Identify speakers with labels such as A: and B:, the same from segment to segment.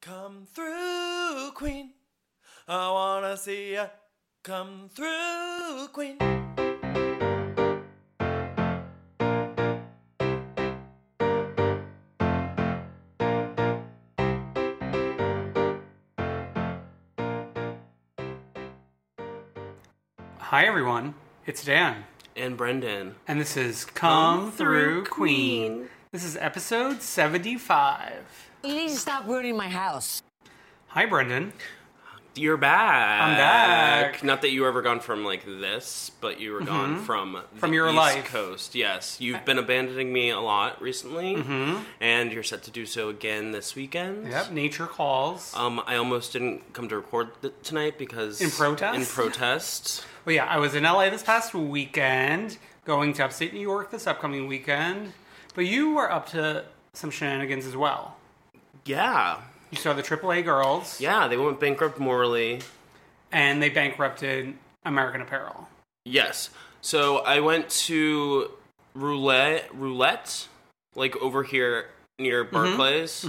A: Come through, Queen. I wanna see ya. Come through, Queen.
B: Hi, everyone. It's Dan,
A: And Brendan.
B: and this is Come, Through Queen. This is episode 75.
C: You need to stop ruining my house.
B: Hi, Brendan.
A: You're back.
B: I'm back. Mm-hmm.
A: Not that you were ever gone from like this, but you were gone from the
B: From your
A: East
B: life.
A: Coast. Yes, you've been abandoning me a lot recently, and you're set to do so again this weekend.
B: Mm-hmm. Yep, nature calls.
A: Um, I almost didn't come to record th- tonight because
B: In protest?
A: In protest.
B: Well, Oh, yeah, I was in LA this past weekend, going to upstate New York this upcoming weekend. But you were up to some shenanigans as well.
A: yeah,
B: You saw the AAA girls,
A: yeah. They went bankrupt morally.
B: and they bankrupted American Apparel.
A: Yes. So I went to roulette, roulette, like over here near Barclays.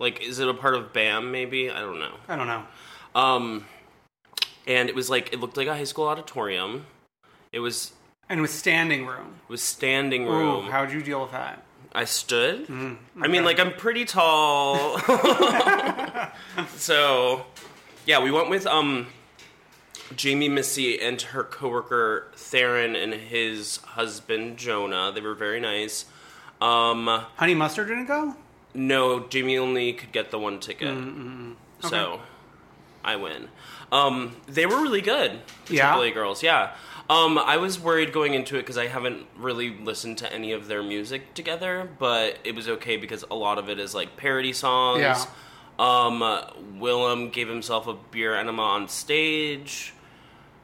A: Like, is it a part of BAM? Maybe I don't know.
B: I don't know.
A: Um, and it was like it looked like a high school auditorium. It was
B: And with standing room.
A: it was standing
B: Ooh,
A: room.
B: how'd you deal with that?
A: I stood. I mean, like I'm pretty tall. so, yeah, we went with um Jamie Missy and her coworker Theron and his husband Jonah. They were very nice. Um,
B: Honey Mustard didn't go?
A: no, Jamie only could get the one ticket.
B: Mm,
A: So, I win. Um, they were really good. The
B: Yeah?
A: AAA girls. Yeah. Um, I was worried going into it because I haven't really listened to any of their music together, but it was okay because a lot of it is like parody songs.
B: Yeah.
A: Um, Willem gave himself a beer enema on stage.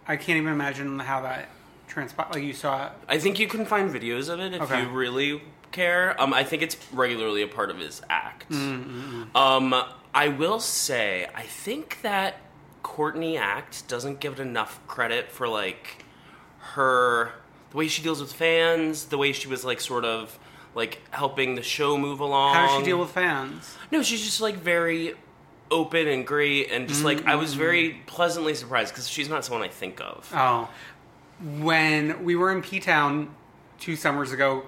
B: I can't even imagine how that transpired. Like, you saw it.
A: I think you can find videos of it if
B: Okay.
A: you really care. Um, I think it's regularly a part of his act.
B: Mm,
A: Um, I will say, I think that Courtney Act doesn't give it enough credit for like her the way she deals with fans, the way she was like sort of like helping the show move along.
B: How does she deal with fans?
A: No, she's just like very open and great, and just like I was
B: Mm.
A: very pleasantly surprised because she's not someone I think of.
B: Oh, when we were in P Town two summers ago,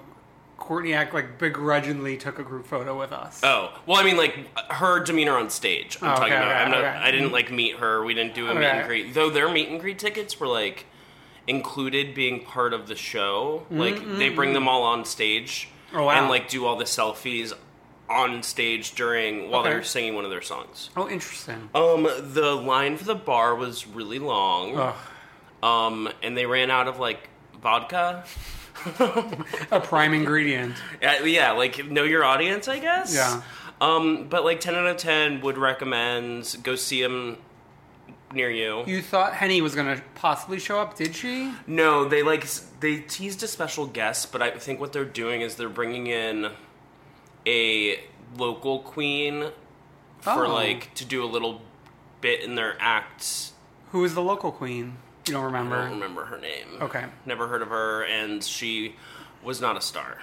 B: Courtney Act like begrudgingly took a group photo with us.
A: Oh well, I mean, like her demeanor on stage. I'm
B: Oh,
A: talking
B: okay,
A: about.
B: okay,
A: I'm not,
B: okay.
A: I didn't like meet her. We didn't do a meet
B: Okay.
A: and greet. Though their meet and greet tickets were like included being part of the show. Like they bring them all on stage
B: Mm-hmm. Oh, wow.
A: and like do all the selfies on stage during while
B: Okay.
A: they're singing one of their songs.
B: Oh, interesting.
A: Um, the line for the bar was really long.
B: Uh.
A: Um, and they ran out of like vodka.
B: A prime ingredient.
A: Uh, yeah, like know your audience, I guess.
B: Yeah.
A: Um, but like ten out of ten would recommend go see him near you.
B: You thought Henny was gonna possibly show up, did she?
A: No, they like s- they teased a special guest, but I think what they're doing is they're bringing in a local queen for
B: Oh.
A: like to do a little bit in their act.
B: Who was the local queen? You don't
A: I
B: remember.
A: don't remember her name.
B: Okay.
A: Never heard of her, and she was not a star.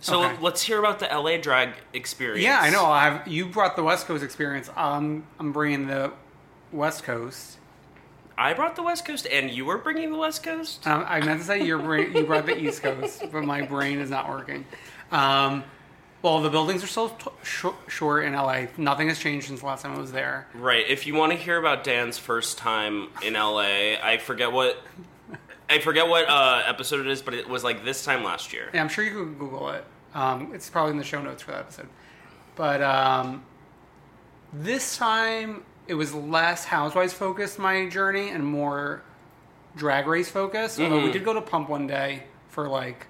A: So
B: Okay.
A: let's hear about the LA drag experience.
B: Yeah, I know. I have. You brought the West Coast experience. Um, I'm bringing the West Coast.
A: I brought the West Coast, and you were bringing the West Coast.
B: Um, I meant to say your brain, you brought the East Coast, but my brain is not working. Um, Well, the buildings are so t- sh- short in LA. Nothing has changed since the last time I was there.
A: Right. If you want to hear about Dan's first time in LA, I forget what I forget what uh, episode it is, but it was like this time last year.
B: Yeah, I'm sure you could Google it. Um, it's probably in the show notes for that episode. But um, this time it was less housewives focused my journey and more drag race focused. Although we did go to Pump one day for like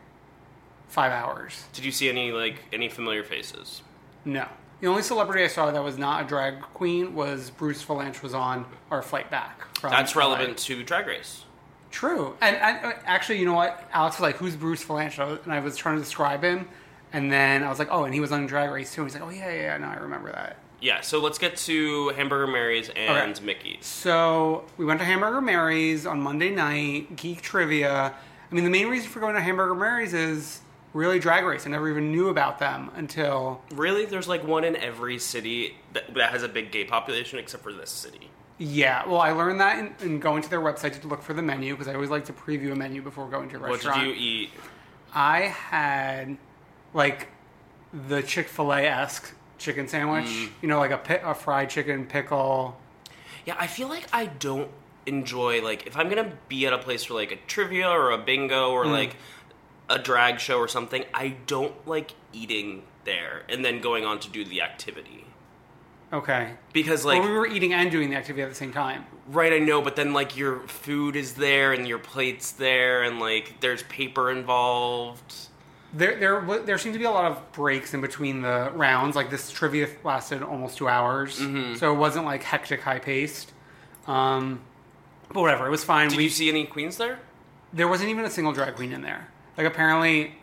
B: five hours.
A: Did you see any like any familiar faces?
B: No. The only celebrity I saw that was not a drag queen was Bruce Valanche was on our flight back. From
A: That's
B: LA.
A: relevant to Drag Race.
B: True. And, and uh, actually, you know what? Alex was like, "Who's Bruce Valanche?" I was- And I was trying to describe him, and then I was like, "Oh, and he was on Drag Race too." And he's like, "Oh yeah, yeah, yeah, no, I remember that."
A: Yeah. So let's get to Hamburger Mary's and
B: Okay.
A: Mickey's.
B: So we went to Hamburger Mary's on Monday night, geek trivia. I mean, the main reason for going to Hamburger Mary's is really Drag Race. I never even knew about them until
A: Really, there's like one in every city that, that has a big gay population, except for this city.
B: yeah. Well, I learned that in, in going to their website to look for the menu because I always like to preview a menu before going to a
A: What
B: restaurant.
A: did you eat?
B: I had like the Chick Fil A esque chicken sandwich.
A: Mm.
B: You know, like a pi- a fried chicken pickle.
A: Yeah, I feel like I don't enjoy like if I'm gonna be at a place for like a trivia or a bingo
B: Mm.
A: or like a drag show or something, I don't like eating there and then going on to do the activity.
B: Okay.
A: Because like
B: well, we were eating and doing the activity at the same time.
A: right I know, but then like your food is there and your plate's there and like there's paper involved.
B: There, there, wa- there seemed to be a lot of breaks in between the rounds. Like this trivia lasted almost two hours,
A: Mm-hmm.
B: so it wasn't like hectic, high paced. Um, but whatever, it was fine.
A: Did
B: we
A: you see any queens there?
B: there wasn't even a single drag queen in there. Like apparently,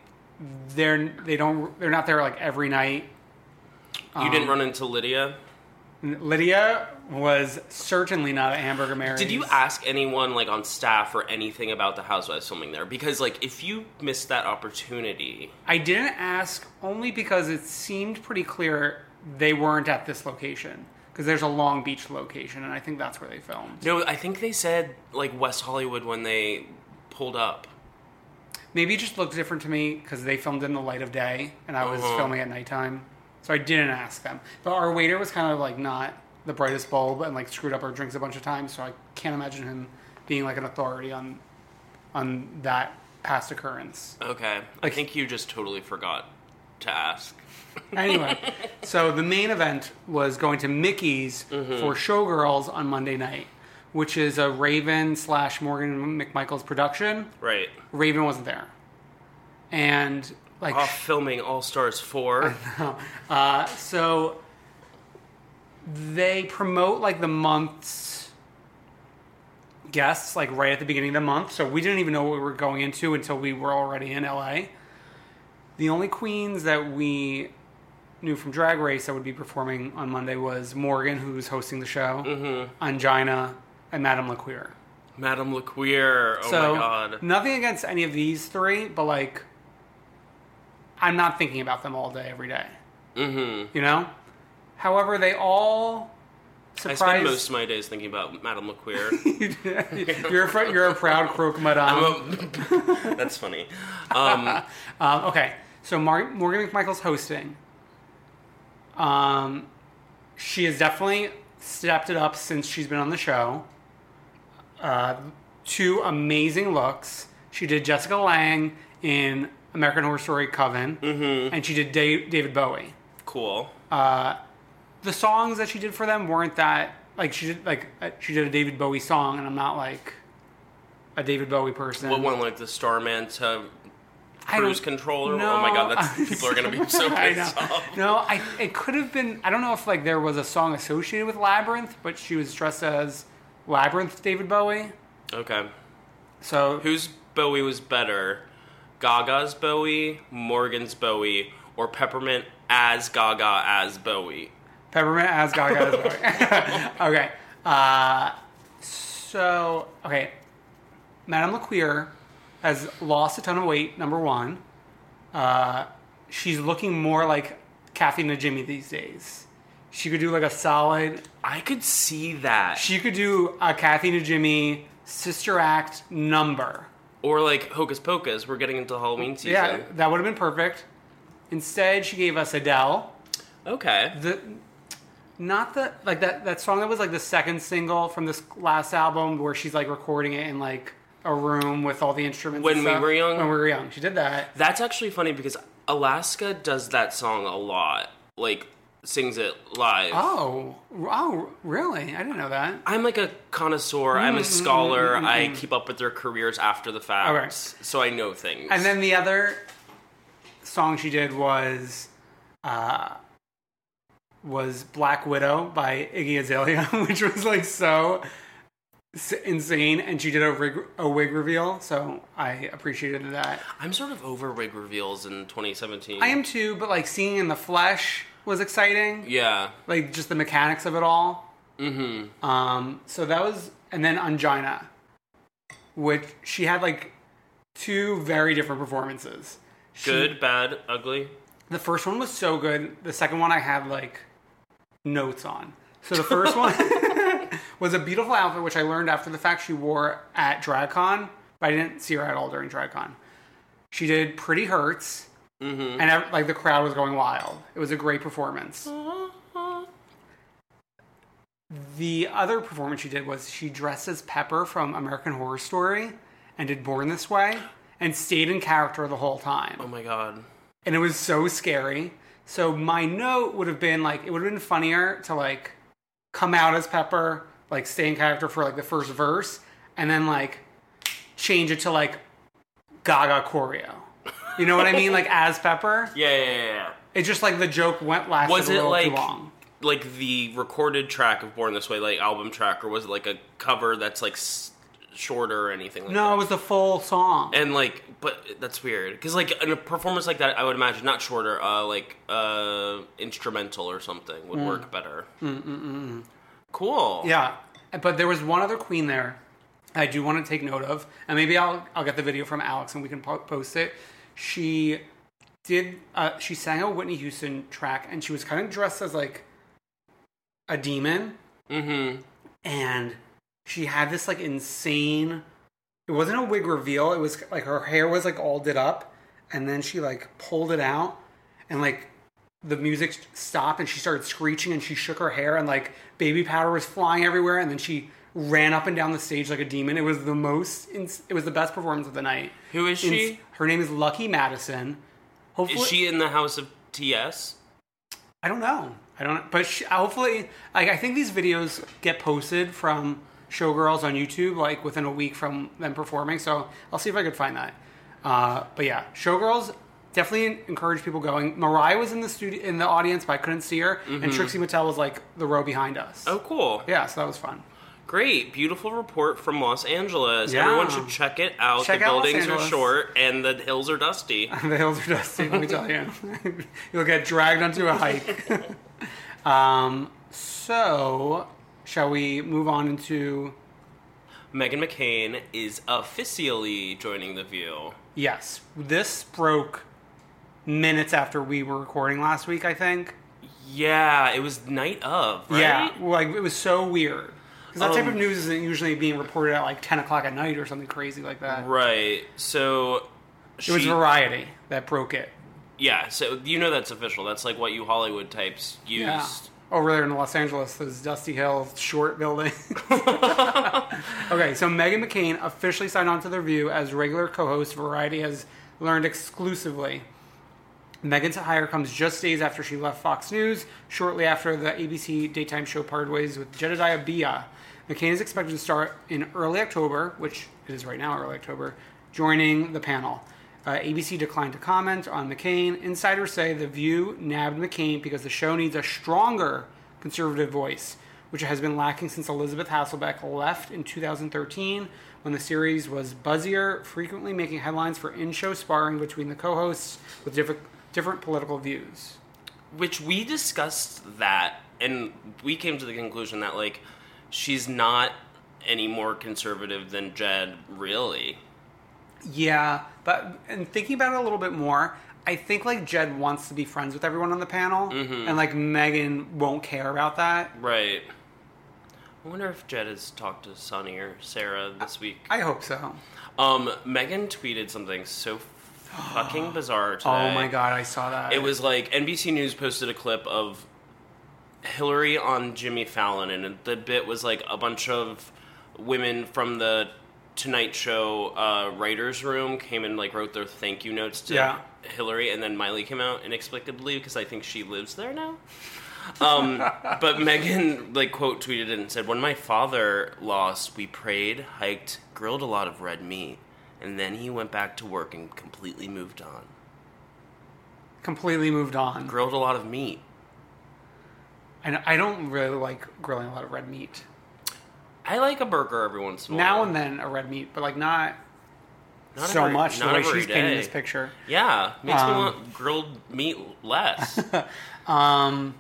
B: they're they don't they're not there like every night.
A: you
B: Um,
A: didn't run into Lydia.
B: Lydia was certainly not at Hamburger Mary's.
A: Did you ask anyone like on staff or anything about the housewives filming there? Because like if you missed that opportunity,
B: I didn't ask only because it seemed pretty clear they weren't at this location because there's a Long Beach location, and I think that's where they filmed.
A: No, I think they said like West Hollywood when they pulled up.
B: Maybe it just looked different to me because they filmed in the light of day, and I was filming at nighttime, so I didn't ask them. But our waiter was kind of like not the brightest bulb and like screwed up our drinks a bunch of times, so I can't imagine him being like an authority on on that past occurrence.
A: Okay. I think you just totally forgot to ask.
B: Anyway, so the main event was going to Mickey's for Showgirls on Monday night, which is a Raven slash Morgan McMichaels production.
A: Right.
B: Raven wasn't there, and like
A: Off filming All Stars 4.
B: Uh, so, they promote like the month's guests like right at the beginning of the month. So we didn't even know what we were going into until we were already in LA. The only queens that we knew from Drag Race that would be performing on Monday was Morgan, who's hosting the show, Angina, and Madame LaQueer.
A: Madame LaQueer. Oh
B: so
A: my god.
B: nothing against any of these three, but like, I'm not thinking about them all day every Mm-hmm. You know. However, they all
A: I
B: surprised.
A: spend most of my days thinking about Madame LaQueer.
B: you're a, fr- you're a proud croque madame.
A: That's funny. Um,
B: Um, okay, so Mar- Morgan McMichael's hosting. Um, she has definitely stepped it up since she's been on the show. Uh, two amazing looks. She did Jessica Lang in American Horror Story Coven,
A: Mm-hmm.
B: and she did Da- David Bowie.
A: cool.
B: The songs that she did for them weren't that like she did like uh, she did a David Bowie song, and I'm not like a David Bowie person.
A: What one, like the Starman to
B: I don't-
A: Cruise Controller? Oh my God, that's- people are gonna be so
B: I
A: pissed
B: know.
A: off.
B: No, I, it could have been. I don't know if like there was a song associated with Labyrinth, but she was dressed as Labyrinth David Bowie.
A: okay.
B: So
A: Whose Bowie was better? Gaga's Bowie, Morgan's Bowie, or Peppermint as Gaga as Bowie?
B: Peppermint as Gaga as Bowie. okay. Uh, so okay, Madame LaQueer has lost a ton of weight. Number one, uh, she's looking more like Kathy Najimy these days. She could do like a solid
A: I could see that.
B: She could do a Kathy to Jimmy sister act number.
A: or like Hocus Pocus, we're getting into Halloween season.
B: Yeah, that would have been perfect. Instead, she gave us Adele.
A: Okay.
B: The not the like that that song that was like the second single from this last album where she's like recording it in like a room with all the instruments.
A: When
B: and
A: We
B: stuff.
A: Were Young?
B: When we were young, she did that.
A: That's actually funny because Alaska does that song a lot. Like sings it live.
B: Oh, oh, really? I didn't know that.
A: I'm like a connoisseur.
B: Mm,
A: I'm a scholar. I keep up with their careers after the fact,
B: Okay.
A: so I know things.
B: And then the other song she did was uh, was Black Widow by Iggy Azalea, which was like so s- insane. And she did a wig, a wig reveal, so I appreciated that.
A: I'm sort of over wig reveals in 2017.
B: I am too, but like seeing in the flesh was exciting.
A: Yeah.
B: Like just the mechanics of it all. Mm-hmm. Um, so that was, and then Angina, which she had like two very different performances. She-
A: Good, bad, ugly.
B: The first one was so good. The second one I had like notes on. So the first one was a beautiful outfit, which I learned after the fact she wore at DragCon, but I didn't see her at all during DragCon. She did Pretty Hurts, and I, like the crowd was going wild. It was a great performance. The other performance she did was she dressed as Pepper from American Horror Story and did Born This Way and stayed in character the whole time
A: Oh my god.
B: and it was so scary. So my note would have been like it would have been funnier to like come out as Pepper, like stay in character for like the first verse, and then like change it to like Gaga choreo. You know what I mean? Like as Pepper.
A: Yeah, yeah, yeah, yeah.
B: It's just like the joke went last
A: Was
B: a
A: it
B: little
A: like
B: too long.
A: like the recorded track of Born This Way, like album track, or was it like a cover that's like s- shorter or anything? Like
B: No,
A: that?
B: it was the full song.
A: And like, but that's weird because like in a performance like that, I would imagine not shorter, uh, like uh, instrumental or something would work better. Mm-mm-mm. mm. Cool.
B: Yeah, but there was one other queen there I do want to take note of, and maybe I'll I'll get the video from Alex and we can po- post it. She did uh, she sang a Whitney Houston track, and she was kind of dressed as like a demon,
A: Mm-hmm.
B: and she had this like insane. It wasn't a wig reveal. It was like her hair was like all did up, and then she like pulled it out, and like the music stopped and she started screeching and she shook her hair and like baby powder was flying everywhere and then she ran up and down the stage like a demon. It was the most ins- it was the best performance of the night.
A: Who is she?
B: Ins- her name is Lucky Madison. Hopefully
A: Is she in the house of TS?
B: I don't know. I don't but she, hopefully like I think these videos get posted from showgirls on YouTube like within a week from them performing. So I'll see if I could find that. Uh, but yeah, showgirls definitely encourage people going. Mariah was in the studio in the audience, but I couldn't see her. And Trixie Mattel was like the row behind us.
A: Oh, cool.
B: Yeah, so that was fun.
A: Great. Beautiful report from Los Angeles.
B: Yeah.
A: Everyone should check it out.
B: Check
A: the
B: out Los
A: buildings are
B: Angeles.
A: short and the hills are dusty.
B: the hills are dusty, let me tell you. You'll get dragged onto a hike. um, so, shall we move on into
A: Megan McCain is officially joining The View.
B: Yes, this broke minutes after we were recording last week. I think.
A: Yeah, it was night of, right?
B: Yeah, like it was so weird because that type of
A: Um,
B: news isn't usually being reported at like ten o'clock at night or something crazy like that.
A: Right. So
B: It was
A: she-
B: Variety that broke it.
A: Yeah, so you know that's official. That's like what you Hollywood types used.
B: Yeah. Over there in Los Angeles, those Dusty Hill short buildings. okay, so Megan McCain officially signed on to The View as regular co host. Variety has learned exclusively. Megan's hire comes just days after she left Fox News, shortly after the ABC daytime show parted ways with Jedediah Bia. McCain is expected to start in early October, which it is right now, early October, joining the panel. Uh, ABC declined to comment on McCain. Insiders say The View nabbed McCain because the show needs a stronger conservative voice, which has been lacking since Elizabeth Hasselbeck left in 2013 when the series was buzzier, frequently making headlines for in show sparring between the co hosts with different, different political views.
A: Which we discussed that, and we came to the conclusion that, like, she's not any more conservative than Jed, really.
B: Yeah, but and thinking about it a little bit more, I think like Jed wants to be friends with everyone on the panel,
A: Mm-hmm.
B: and like Megan won't care about that.
A: Right. I wonder if Jed has talked to Sonny or Sarah this week.
B: I hope so.
A: Um, Megan tweeted something so fucking bizarre today.
B: Oh my god, I saw that.
A: It was like NBC News posted a clip of Hillary on Jimmy Fallon, and the bit was like a bunch of women from the Tonight Show uh, writers' room came and like wrote their thank you notes to
B: Yeah.
A: Hillary, and then Miley came out inexplicably because I think she lives there now. Um, but Megan like quote tweeted it and said, "When my father lost, we prayed, hiked, grilled a lot of red meat, and then he went back to work and completely moved on.
B: completely moved on.
A: Grilled a lot of meat."
B: And I don't really like grilling a lot of red meat.
A: I like a burger every once in a while.
B: Now and then a red meat, but like not,
A: Not
B: so
A: every-
B: much the
A: not
B: way
A: every
B: she's painting this
A: day.
B: picture.
A: Yeah, makes me want grilled meat less.
B: Um,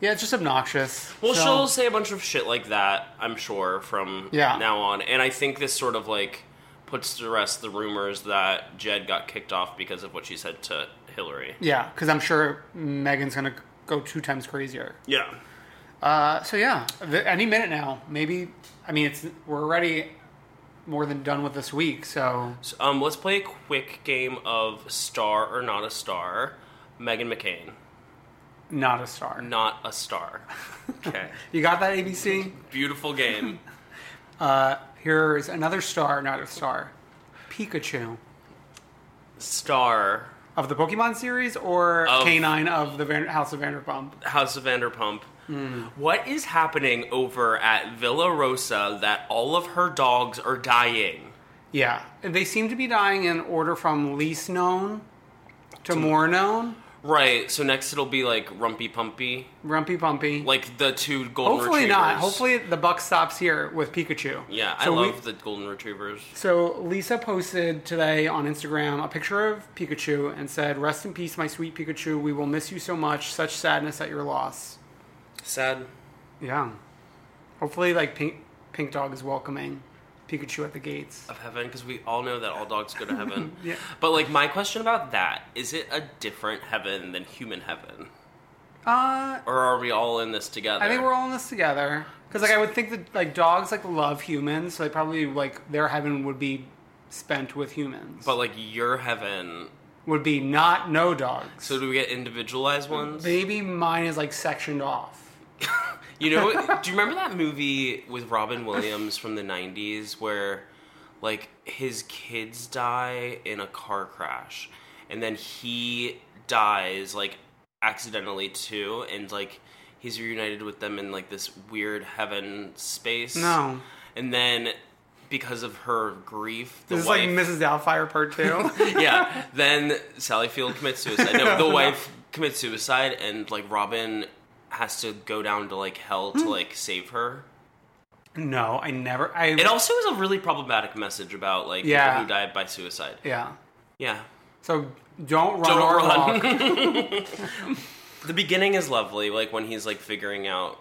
B: yeah, it's just obnoxious.
A: well,
B: So-
A: she'll say a bunch of shit like that, I'm sure, from
B: Yeah.
A: now on. And I think this sort of like puts to rest the rumors that Jed got kicked off because of what she said to Hillary.
B: Yeah, because I'm sure Megan's gonna go two times crazier.
A: Yeah.
B: Uh, so yeah, th- any minute now. Maybe I mean it's we're already more than done with this week. So
A: So, um, let's play a quick game of star or not a star. Megan McCain,
B: not a star.
A: not a star. Okay.
B: You got that ABC?
A: Beautiful game.
B: Here's another star, not a star. Pikachu
A: Star.
B: of the Pokemon series or
A: Of-
B: canine of the Van- House of Vanderpump.
A: House of Vanderpump.
B: Hmm.
A: What is happening over at Villa Rosa that all of her dogs are dying?
B: Yeah, they seem to be dying in order from least known to more known.
A: Right, so next it'll be like Rumpy Pumpy,
B: Rumpy Pumpy.
A: like the two golden
B: Hopefully
A: retrievers.
B: not. Hopefully the buck stops here with Pikachu.
A: Yeah, I
B: So we-
A: love the golden retrievers.
B: So Lisa posted today on Instagram a picture of Pikachu and said, "Rest in peace, my sweet Pikachu. We will miss you so much. Such sadness at your loss."
A: Sad.
B: Yeah. Hopefully, like Pink Pink Dog is welcoming Pikachu at the gates.
A: Of heaven, because we all know that all dogs go to heaven. yeah. But like my question about that, is it a different heaven than human heaven?
B: Uh,
A: Or are we all in this together?
B: I think we're all in this together because, like, I would think that like dogs like love humans, so they probably like their heaven would be spent with humans.
A: but like your heaven.
B: would be not no dogs.
A: So do we get individualized ones?
B: Maybe mine is like sectioned off.
A: You know, do you remember that movie with Robin Williams from the 90s where like his kids die in a car crash and then he dies like accidentally too and like he's reunited with them in like this weird heaven space?
B: No.
A: And then because of her grief, the
B: This is like
A: wife
B: Mrs. Doubtfire part two.
A: yeah. Then Sally Field commits suicide. No, the wife commits suicide, and like Robin has to go down to like hell to like save her.
B: No, I never. I
A: It also is a really problematic message about like
B: Yeah.
A: people who die by suicide.
B: yeah.
A: Yeah.
B: So don't run
A: Don't
B: or
A: run.
B: walk.
A: The beginning is lovely, like when he's like figuring out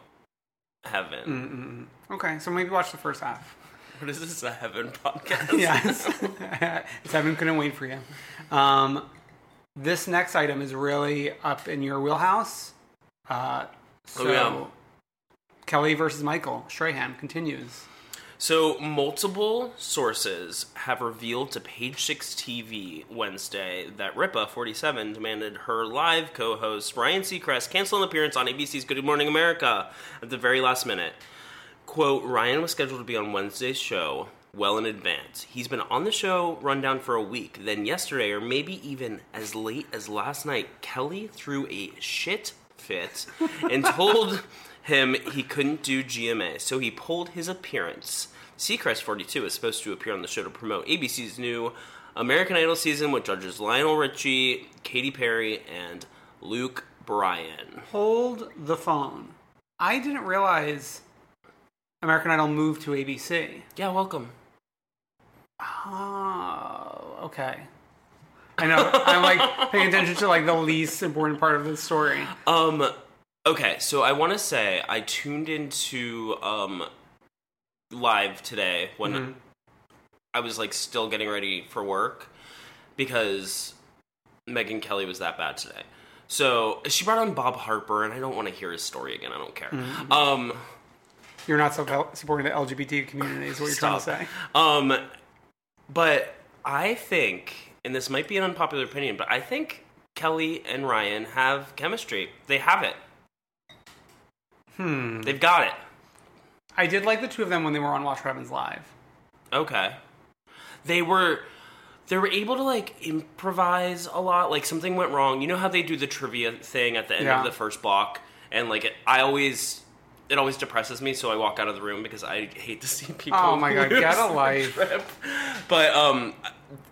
A: heaven.
B: okay, so maybe watch the first half.
A: What is this a heaven podcast?
B: Yes, Seven couldn't wait for you. Um, this next item is really up in your wheelhouse. Uh, so
A: Oh, yeah.
B: Kelly versus Michael Strahan continues.
A: So, multiple sources have revealed to Page Six TV Wednesday that Ripa47 demanded her live co host Ryan Seacrest cancel an appearance on ABC's Good Morning America at the very last minute. Quote Ryan was scheduled to be on Wednesday's show well in advance. He's been on the show rundown for a week. Then, yesterday, or maybe even as late as last night, Kelly threw a shit fit and told him he couldn't do GMA, so he pulled his appearance. Seacrest 42 is supposed to appear on the show to promote ABC's new American Idol season with judges Lionel Richie, Katy Perry, and Luke Bryan.
B: Hold the phone. I didn't realize American Idol moved to ABC.
A: Yeah, welcome.
B: Oh, okay. I know. I'm like paying attention to like the least important part of the story.
A: Um. Okay, so I want to say I tuned into um live today when I was like still getting ready for work because Megan Kelly was that bad today. So she brought on Bob Harper, and I don't want to hear his story again. I don't care. Um.
B: You're not so supporting the LGBT community, is what you're trying to say.
A: Um, but um, I think, and this might be an unpopular opinion, but I think Kelly and Ryan have chemistry. They have it. Hmm. They've got it.
B: I did like the two of them when they were on Watch What Happens Live.
A: Okay. They were they were able to like improvise a lot. Like something went wrong. You know how they do the trivia thing at the end
B: Yeah.
A: of the first block and like it, I always it always depresses me so I walk out of the room because I hate to see people.
B: Oh my God,
A: lose
B: get a
A: the
B: life.
A: trip. But um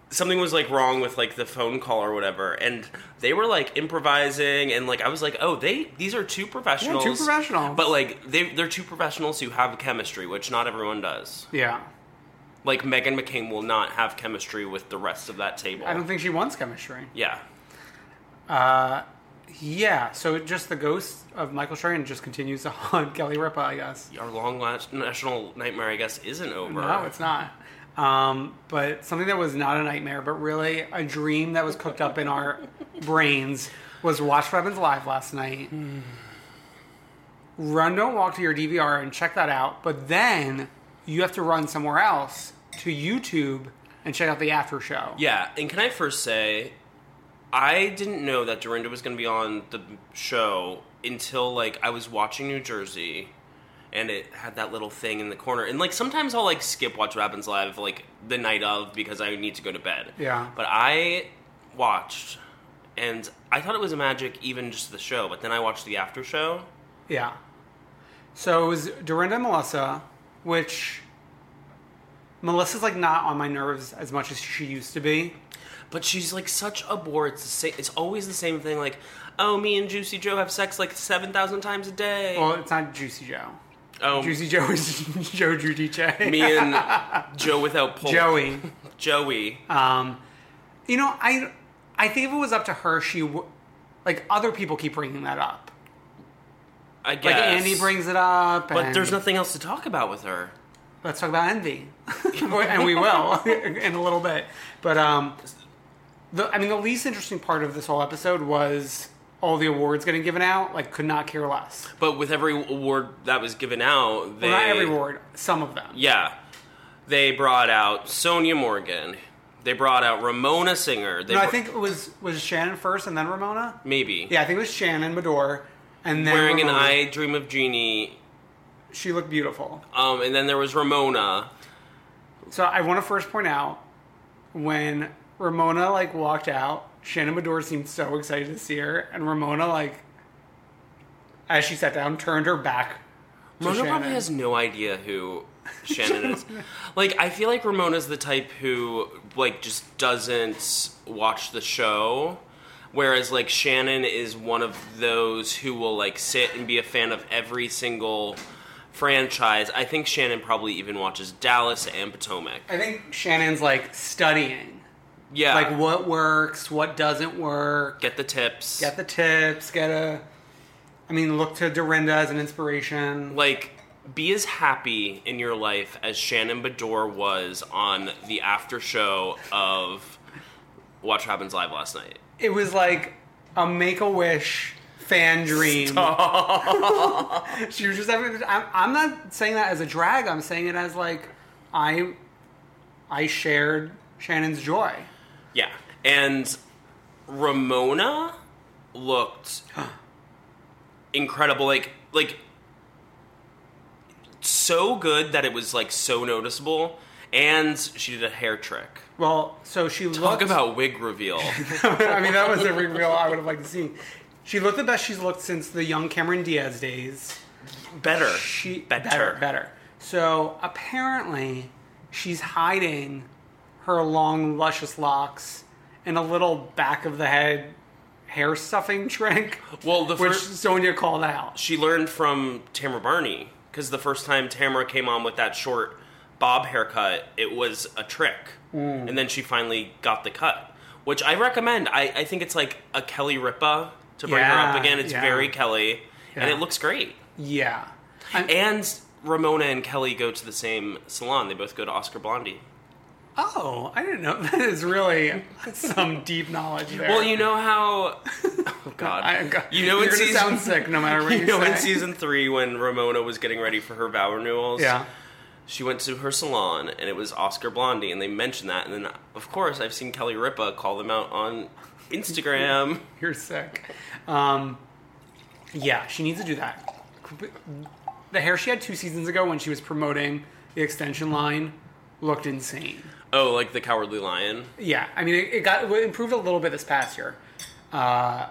A: something was like wrong with like the phone call or whatever and they were like improvising and like I was like, "Oh, they these are two professionals."
B: professionals.
A: But like they they're two professionals who have chemistry, which not everyone does
B: Yeah.
A: like Megan McCain will not have chemistry with the rest of that table.
B: I don't think she wants chemistry.
A: yeah.
B: Yeah, so it just the ghost of Michael Sherrin just continues to haunt Kelly Ripa, I guess.
A: Our long last national nightmare, I guess, isn't over.
B: No, it's not. Um, but something that was not a nightmare, but really a dream that was cooked up in our brains was Watch Weapons Live last night. Run Don't Walk to your DVR and check that out, but then you have to run somewhere else to YouTube and check out the after show.
A: Yeah, and can I first say, I didn't know that Dorinda was going to be on the show until like I was watching New Jersey, and it had that little thing in the corner. And like sometimes I'll like skip watch what happens live like the night of because I need to go to bed.
B: Yeah.
A: But I watched, and I thought it was a magic even just the show. But then I watched the after show.
B: Yeah. So it was Dorinda and Melissa, which Melissa's like not on my nerves as much as she used to be.
A: But she's like such a bore. It's the same. It's always the same thing. Like, oh, me and Juicy Joe have sex like seven thousand times a day.
B: Well, it's not Juicy Joe.
A: oh,
B: Oh, Juicy Joe is Joe Giudice.
A: me and Joe without pulp.
B: Joey.
A: Joey.
B: Um, you know, I I think if it was up to her, she w- like other people keep bringing that up.
A: I guess.
B: Like Andy brings it up,
A: But
B: and-
A: there's nothing else to talk about with her.
B: Let's talk about envy, and we will in a little bit. But um, the I mean, the least interesting part of this whole episode was all the awards getting given out. Like, could not care less.
A: But with every award that was given out, they
B: Well, not every award, some of them.
A: Yeah, they brought out Sonia Morgan. They brought out Ramona Singer. They
B: No, I
A: br-
B: think it was was Shannon first, and then Ramona.
A: maybe.
B: Yeah, I think it was Shannon Medor, and then
A: Wearing an
B: Ramona.
A: I Dream of Jeannie.
B: She looked beautiful.
A: Um, and then there was Ramona.
B: So I want to first point out when Ramona like walked out, Shannon Bedore seemed so excited to see her, and Ramona like as she sat down turned her back. to
A: Ramona
B: Shannon.
A: probably has no idea who Shannon is. Like, I feel like Ramona's the type who, like, just doesn't watch the show. Whereas, like, Shannon is one of those who will, like, sit and be a fan of every single franchise. I think Shannon probably even watches Dallas and Potomac.
B: I think Shannon's like studying,
A: Yeah.
B: like what works, what doesn't work.
A: Get the tips.
B: Get the tips. Get a. I mean, look to Dorinda as an inspiration.
A: like be as happy in your life as Shannon Bador was on the after show of Watch What Happens Live last night.
B: It was like a make a wish fan dream. she was just having. I'm, I'm not saying that as a drag. I'm saying it as like I, I shared Shannon's joy.
A: Yeah. And Ramona looked incredible. Like like so good that it was like so noticeable. And she did a hair trick.
B: Well, so she
A: Talk
B: looked.
A: about wig reveal.
B: I mean, that was a reveal I would have liked to see. She looked the best she's looked since the young Cameron Diaz days.
A: Better.
B: She better, better. So apparently, she's hiding her long, luscious locks in a little back of the head hair stuffing trick,
A: Well, the
B: which
A: first
B: Sonia called out.
A: she learned from Tamara Barney because the first time Tamara came on with that short bob haircut, it was a trick,
B: Mm.
A: and then she finally got the cut, which I recommend. I, I think it's like a Kelly Ripa to bring her
B: Yeah,
A: up again. It's
B: yeah.
A: very Kelly, and
B: Yeah.
A: it looks great.
B: Yeah, I'm-
A: And Ramona and Kelly go to the same salon. They both go to Oscar Blondie.
B: oh, I didn't know. That is really some deep knowledge there.
A: Well, you know how. Oh God!
B: I, God,
A: you know
B: you're
A: in
B: gonna
A: season
B: sound sick no matter what you,
A: you know in
B: say.
A: season three when Ramona was getting ready for her vow renewals.
B: Yeah,
A: She went to her salon, and it was Oscar Blondie, and they mentioned that. And then, of course, I've seen Kelly Ripa call them out on Instagram.
B: You're sick. Um, yeah, she needs to do that. The hair she had two seasons ago when she was promoting the extension line looked insane.
A: oh, like the Cowardly Lion.
B: Yeah, I mean, it, it got it improved a little bit this past year. Uh,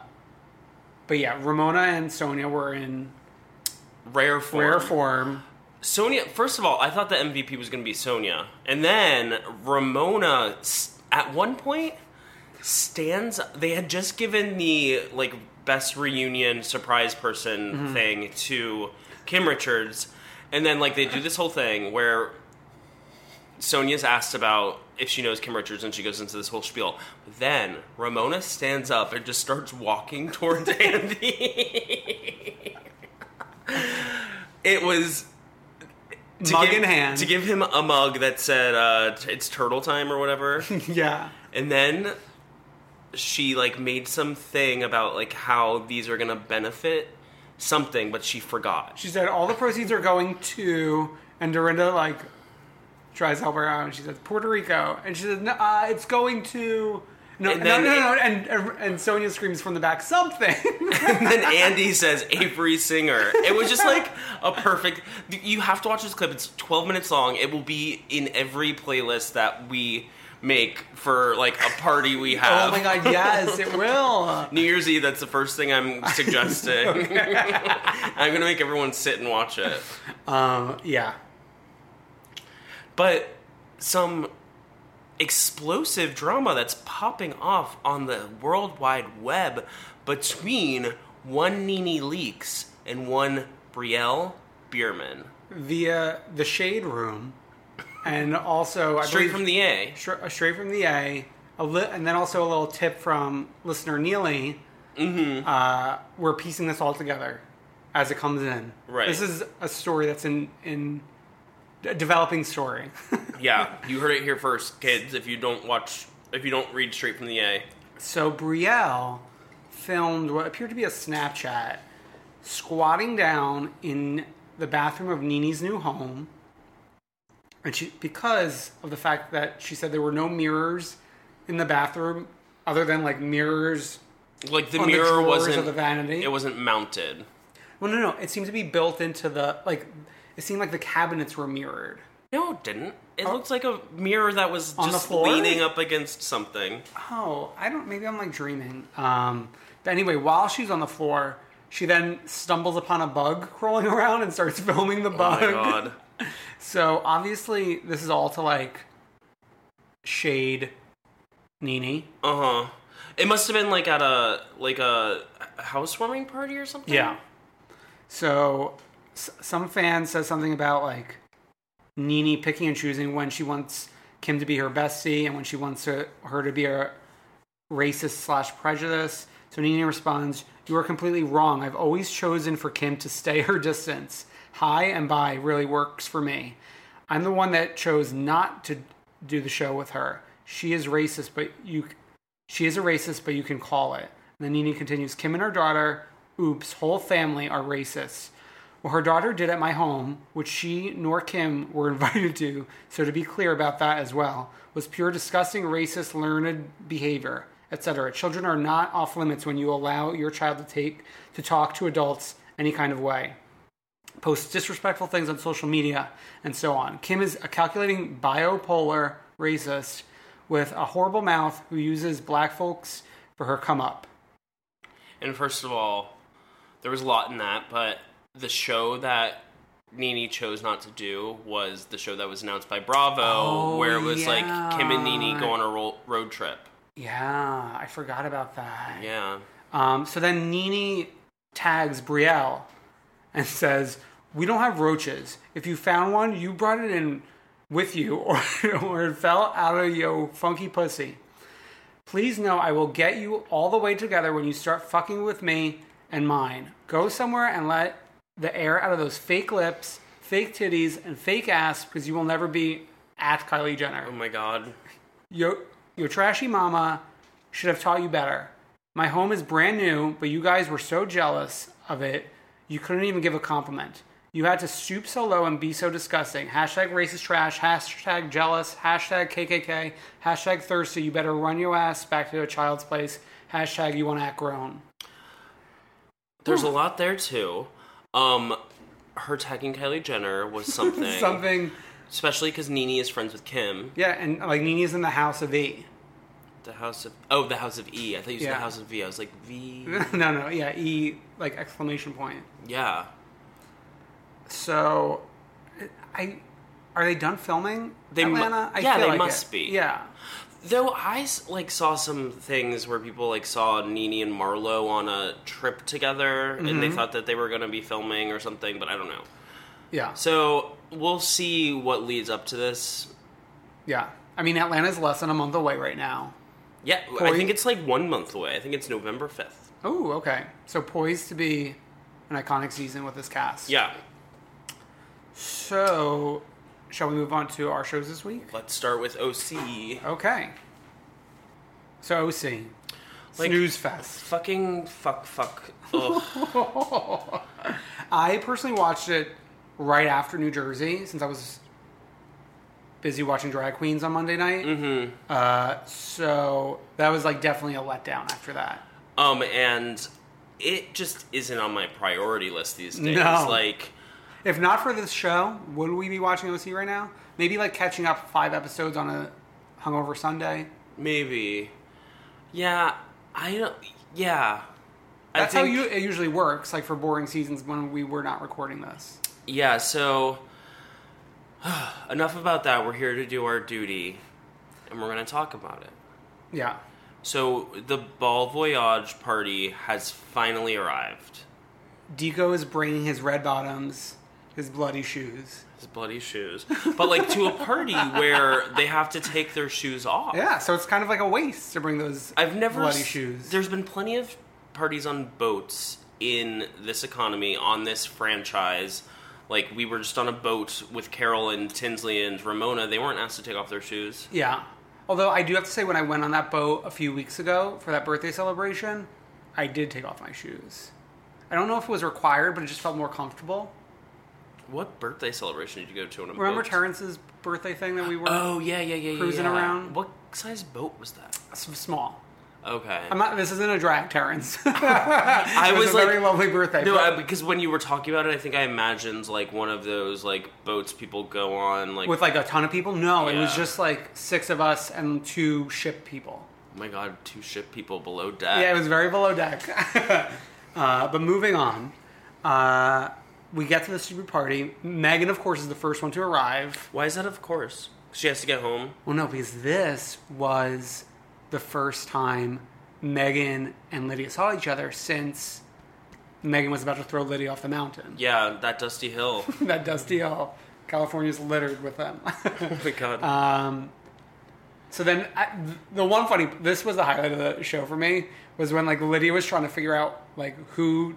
B: but yeah, Ramona and Sonia were in
A: Rare form.
B: rare form.
A: Sonia, first of all, I thought the MVP was going to be Sonia. And then Ramona, s- at one point, stands. They had just given the like best reunion surprise person thing to Kim Richards. And then, like, they do this whole thing where Sonia's asked about if she knows Kim Richards and she goes into this whole spiel. Then Ramona stands up and just starts walking towards Andy. it was to
B: mug in
A: give-
B: hand.
A: to give him a mug that said uh, t- it's turtle time or whatever
B: yeah.
A: and then she like made some thing about like how these are gonna benefit something but she forgot
B: She said all the proceeds are going to, and Dorinda like tries to help her out, and she says Puerto Rico, and she says no, uh, it's going to. No,
A: And
B: no,
A: then
B: no, no,
A: it-
B: and and Sonia screams from the back something.
A: and then andy says avery singer it was just like a perfect you have to watch this clip it's 12 minutes long it will be in every playlist that we make for like a party we have
B: oh my god, yes, it will.
A: New Year's Eve, that's the first thing I'm suggesting. I'm going to make everyone sit and watch it.
B: Um, yeah,
A: But some explosive drama that's popping off on the World Wide Web between one Nene Leaks and one Brielle Bierman.
B: via the shade room, and also I
A: Straight
B: believe
A: from the A.
B: stra- uh, straight from the A, a li- and then also a little tip from listener Neely.
A: Mm-hmm.
B: Uh, we're piecing this all together as it comes in.
A: Right.
B: This is a story that's in in a developing story.
A: Yeah, you heard it here first, kids. If you don't watch, if you don't read straight from the A.
B: so Brielle filmed what appeared to be a Snapchat squatting down in the bathroom of Nini's new home. And she, because of the fact that she said there were no mirrors in the bathroom, other than like mirrors
A: Like the
B: On the
A: mirror
B: drawers of
A: wasn't
B: the vanity?
A: It wasn't mounted.
B: Well, no, no. It seemed to be built into the like. It seemed like the cabinets were mirrored.
A: No, it didn't. It looked like a mirror that was
B: Oh. On the
A: just
B: floor?
A: leaning up against something.
B: Oh, I don't. Maybe I'm like dreaming. Um, but anyway, while she's on the floor, she then stumbles upon a bug crawling around and starts filming the
A: Oh
B: bug.
A: my god.
B: So obviously, this is all to like shade Nini.
A: Uh huh. It must have been like at a like a housewarming party or something.
B: So s- some fan says something about like Nini picking and choosing when she wants Kim to be her bestie and when she wants her, her to be a racist slash prejudice. So Nini responds, "You are completely wrong. I've always chosen for Kim to stay her distance. High and by really works for me. I'm the one that chose not to do the show with her. She is racist, but you she is a racist, but you can call it. And then Nini continues Kim and her daughter, oops, whole family are racists. What her daughter did at my home, which she nor Kim were invited to, so to be clear about that as well, was pure disgusting, racist, learned behavior, etc. Children are not off limits when you allow your child to take to talk to adults any kind of way posts disrespectful things on social media, and so on. Kim is a calculating biopolar racist with a horrible mouth who uses black folks for her come up.
A: And first of all, there was a lot in that, but the show that Nini chose not to do was the show that was announced by Bravo, where it was like Kim and Nini go on a ro- road trip.
B: Yeah, I forgot about that.
A: Yeah.
B: Um, so then Nini tags Brielle and says, "We don't have roaches. If you found one, you brought it in with you, or or it fell out of your funky pussy. Please know I will get you all the way together when you start fucking with me and mine. Go somewhere and let the air out of those fake lips, fake titties, and fake ass, because you will never be at Kylie Jenner."
A: Oh my god.
B: Your your trashy mama should have taught you better. My home is brand new, but you guys were so jealous of it, you couldn't even give a compliment. You had to stoop so low and be so disgusting. Hashtag racist trash. Hashtag jealous. Hashtag KKK. Hashtag thirsty. You better run your ass back to a child's place. Hashtag you want to act grown.
A: There's a lot there too. Um, her tagging Kylie Jenner was something.
B: Something.
A: Especially because Nene is friends with Kim.
B: Yeah, and like Nini's in the house of E.
A: The House of Oh, the House of E. I thought you said
B: Yeah.
A: the House of V. I was like V.
B: no, no, yeah, E like exclamation point.
A: yeah.
B: So, I are they done filming
A: They mu-
B: Atlanta? I
A: yeah,
B: feel
A: they
B: like
A: must
B: it.
A: be.
B: Yeah,
A: Though I s- like saw some things where people like saw Nene and Marlo on a trip together, and
B: Mm-hmm.
A: they thought that they were going to be filming or something, but I don't know.
B: yeah,
A: So we'll see what leads up to this.
B: yeah. I mean, Atlanta's less than a month away right now.
A: Yeah, I
B: Corey?
A: think it's like one month away. I think it's November fifth.
B: Oh, okay. So poised to be an iconic season with this cast.
A: Yeah,
B: So, shall we move on to our shows this week?
A: let's start with OC.
B: Okay. So OC,
A: Like-
B: snooze fest.
A: Fucking fuck, fuck. Ugh.
B: I personally watched it right after New Jersey since I was busy watching drag queens on Monday night. Mm-hmm. Uh, so that was like definitely a letdown after that.
A: um, and it just isn't on my priority list these days.
B: No.
A: Like,
B: If not for this show, would we be watching OC right now? Maybe like catching up five episodes on a hungover Sunday.
A: Maybe. Yeah, I don't. Yeah. I
B: That's
A: think-
B: how you, it usually works, like for boring seasons when we were not recording this.
A: Yeah, so. enough about that. We're here to do our duty, and we're going to talk about it.
B: Yeah.
A: So, the Ball Voyage party has finally arrived.
B: Deco is bringing his red bottoms, his bloody shoes.
A: His bloody shoes. But, like, to a party where they have to take their shoes off.
B: Yeah, so it's kind of like a waste to bring those
A: I've never
B: bloody
A: s-
B: shoes.
A: There's been plenty of parties on boats in this economy on this franchise. Like we were just on a boat with Carol and Tinsley and Ramona. They weren't asked to take off their shoes.
B: Yeah. Although I do have to say, when I went on that boat a few weeks ago for that birthday celebration, I did take off my shoes. I don't know if it was required, but it just felt more comfortable.
A: What birthday celebration did you go to on a
B: Remember
A: boat?
B: Terrence's birthday thing that we were
A: Oh yeah, yeah, yeah, yeah,
B: Cruising
A: yeah.
B: around?
A: What size boat was that?
B: S- small?
A: Okay,
B: I'm not. This isn't a drag, Terrence.
A: I
B: it was,
A: was
B: a
A: like,
B: very lovely birthday.
A: no,
B: but
A: I, because when you were talking about it, I think I imagined like one of those like boats people go on. Like,
B: with like a ton of people. No, it was
A: Yeah.
B: just like six of us and two ship people.
A: oh my god, two ship people below deck.
B: Yeah, it was very below deck. uh, but moving on, uh, we get to the stupid party. Megan, of course, is the first one to arrive.
A: Why is that? Of course, she has to get home.
B: Well, no, because this was the first time Megan and Lydia saw each other since Megan was about to throw Lydia off the mountain.
A: Yeah, that dusty hill.
B: That dusty hill. California's littered with them.
A: oh my god.
B: Uh, So then, I, the one funny, this was the highlight of the show for me, was when like Lydia was trying to figure out like who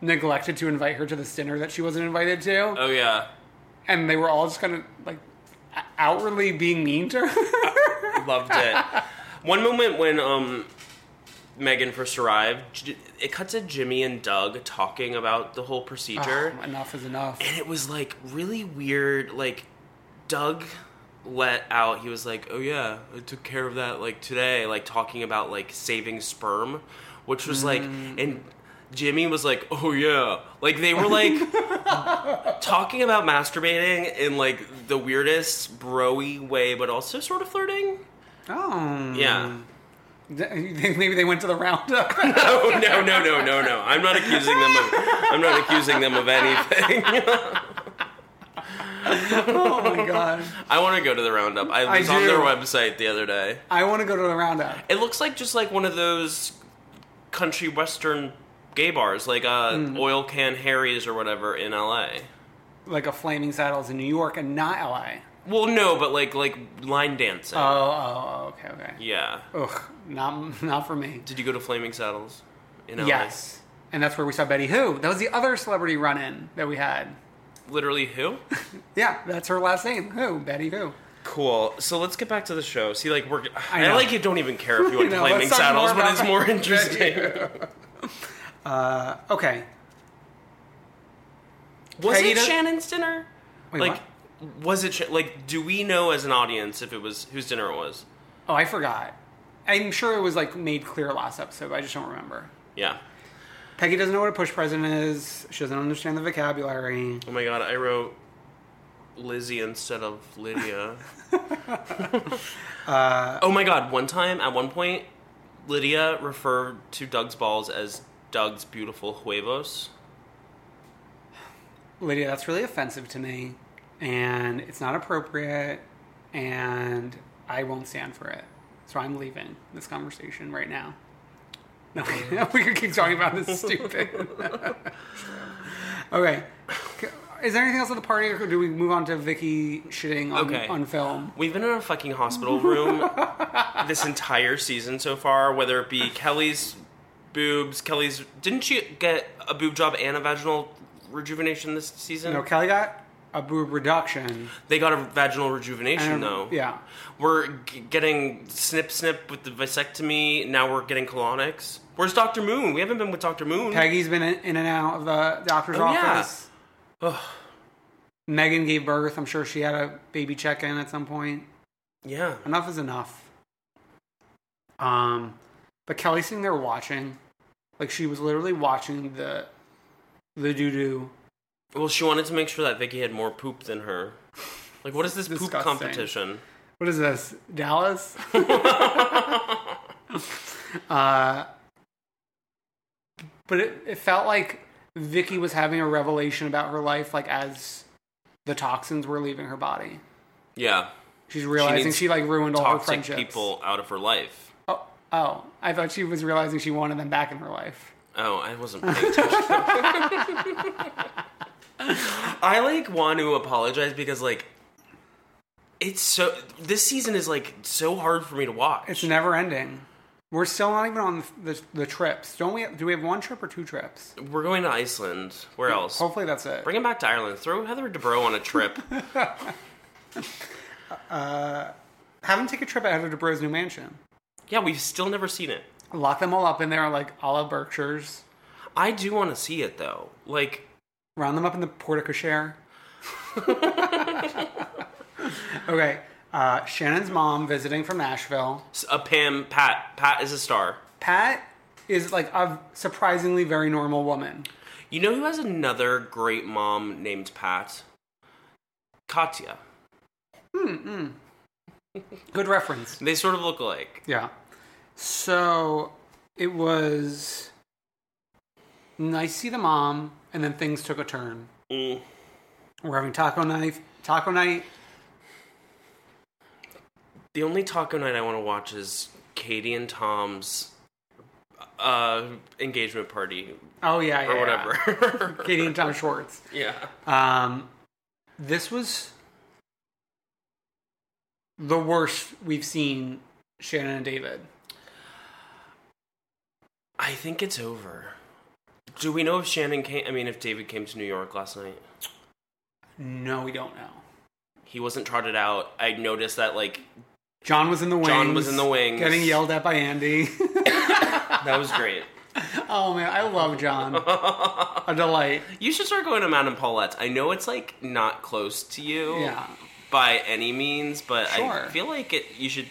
B: neglected to invite her to this dinner that she wasn't invited to,
A: Oh yeah.
B: and they were all just kind of like outwardly being mean to her.
A: Loved it. One moment when um Megan first arrived, J- it cuts to Jimmy and Doug talking about the whole procedure.
B: enough is enough.
A: and it was like really weird, like Doug let out he was like, Oh yeah, I took care of that like today, like talking about like saving sperm, which was like
B: Mm.
A: and Jimmy was like, "Oh yeah," like they were like talking about masturbating in like the weirdest broy way, but also sort of flirting.
B: Oh,
A: Yeah.
B: You think maybe they went to the roundup?
A: Oh no no no no no! I'm not accusing them of I'm not accusing them of anything.
B: oh my god!
A: I want to go to the roundup. I
B: I
A: was on their
B: do.
A: website the other day.
B: I want to go to the roundup.
A: It looks like just like one of those country western gay bars, like uh, Oil Can Harry's or whatever in L.A.
B: Like a flaming saddles in New York and not LA.
A: Well, no, but like like line dancing.
B: Oh, oh, oh, okay, okay.
A: yeah.
B: Ugh, not not for me.
A: Did you go to Flaming Saddles in L.A.?
B: Yes. And that's where we saw Betty Who. That was the other celebrity run in that we had.
A: Literally who?
B: Yeah, that's her last name. Who? Betty Who.
A: Cool. So let's get back to the show. See, like we're
B: I
A: I,
B: know.
A: like you don't even care if you went to
B: know,
A: Flaming
B: let's talk more
A: Saddles,
B: about
A: but it's more
B: that.
A: interesting.
B: Okay.
A: Was
B: Peggy
A: it
B: does-
A: Shannon's dinner?
B: Wait,
A: like, was it Sha- like? Do we know as an audience if it was whose dinner it was?
B: Oh, I forgot. I'm sure it was like made clear last episode, but I just don't remember.
A: Yeah.
B: Peggy doesn't know what a push present is. She doesn't understand the vocabulary.
A: Oh my god, I wrote Lizzie instead of Lydia.
B: Uh,
A: oh my god, one time, at one point, Lydia referred to Doug's balls as Doug's beautiful huevos.
B: Lydia, that's really offensive to me, and it's not appropriate, and I won't stand for it. So I'm leaving this conversation right now. No, we could keep talking about this stupid. okay. Is there anything else at the party, or do we move on to Vicky shitting on,
A: Okay.
B: on film?
A: We've been in a fucking hospital room this entire season so far, whether it be Kelly's boobs, Kelly's. Didn't she get a boob job and a vaginal rejuvenation this season?
B: No, Kelly got a boob reduction.
A: They got a vaginal rejuvenation,
B: And-
A: though.
B: yeah.
A: We're g- getting snip snip with the vasectomy. Now we're getting colonics. Where's Dr. Moon? We haven't been with Dr. Moon.
B: Peggy's been in, in and out of the doctor's
A: Oh, yeah.
B: office. Megan gave birth. I'm sure she had a baby check in at some point.
A: Yeah.
B: Enough is enough. Um, but Kelly's sitting there watching, like she was literally watching the the doo doo.
A: Well, she wanted to make sure that Vicky had more poop than her. Like, what is this
B: Disgusting.
A: poop competition?
B: What is this, Dallas? Uh, But it, it felt like Vicky was having a revelation about her life, like as the toxins were leaving her body.
A: yeah.
B: She's realizing
A: needs
B: she, like ruined all her
A: Toxic
B: friendships.
A: people out of her life.
B: Oh, oh, I thought she was realizing she wanted them back in her life.
A: Oh, I wasn't paying attention. I like want to apologize because like it's so this season is like so hard for me to watch.
B: It's never ending. We're still not even on the, the, the trips. Don't we? Do we have one trip or two trips?
A: We're going to Iceland. Where else?
B: Hopefully that's it.
A: Bring him back to Ireland. Throw Heather DeBro on a trip.
B: Have them take a trip out of DeBro's new mansion.
A: yeah, we've still never seen it.
B: Lock them all up in there, like a la Berkshire's.
A: I do want to see it though. Like
B: Round them up in the portico okay. Uh, Shannon's mom visiting from Nashville.
A: s- a Pam Pat. Pat is a star.
B: Pat is like a surprisingly very normal woman.
A: You know who has another great mom named Pat? Katya.
B: Good reference.
A: They sort of look alike.
B: Yeah. So it was nice to see the mom, and then things took a turn.
A: Mm.
B: We're having taco night. Taco night.
A: The only taco night I want to watch is Katie and Tom's uh, engagement party
B: Oh yeah, yeah.
A: or
B: yeah.
A: whatever.
B: Katie and Tom Schwartz.
A: yeah.
B: Um, this was the worst we've seen Shannon and David.
A: I think it's over. Do we know if Shannon came? I mean, if David came to New York last night,
B: No, we don't know.
A: he wasn't trotted out. I noticed that, like,
B: John was in the wings.
A: John was in the wings.
B: Getting yelled at by Andy.
A: that was great.
B: oh man, I love John. a delight.
A: you should start going to Madame Paulette's. I know it's like not close to you,
B: Yeah.
A: by any means, but
B: Sure.
A: I feel like it. You should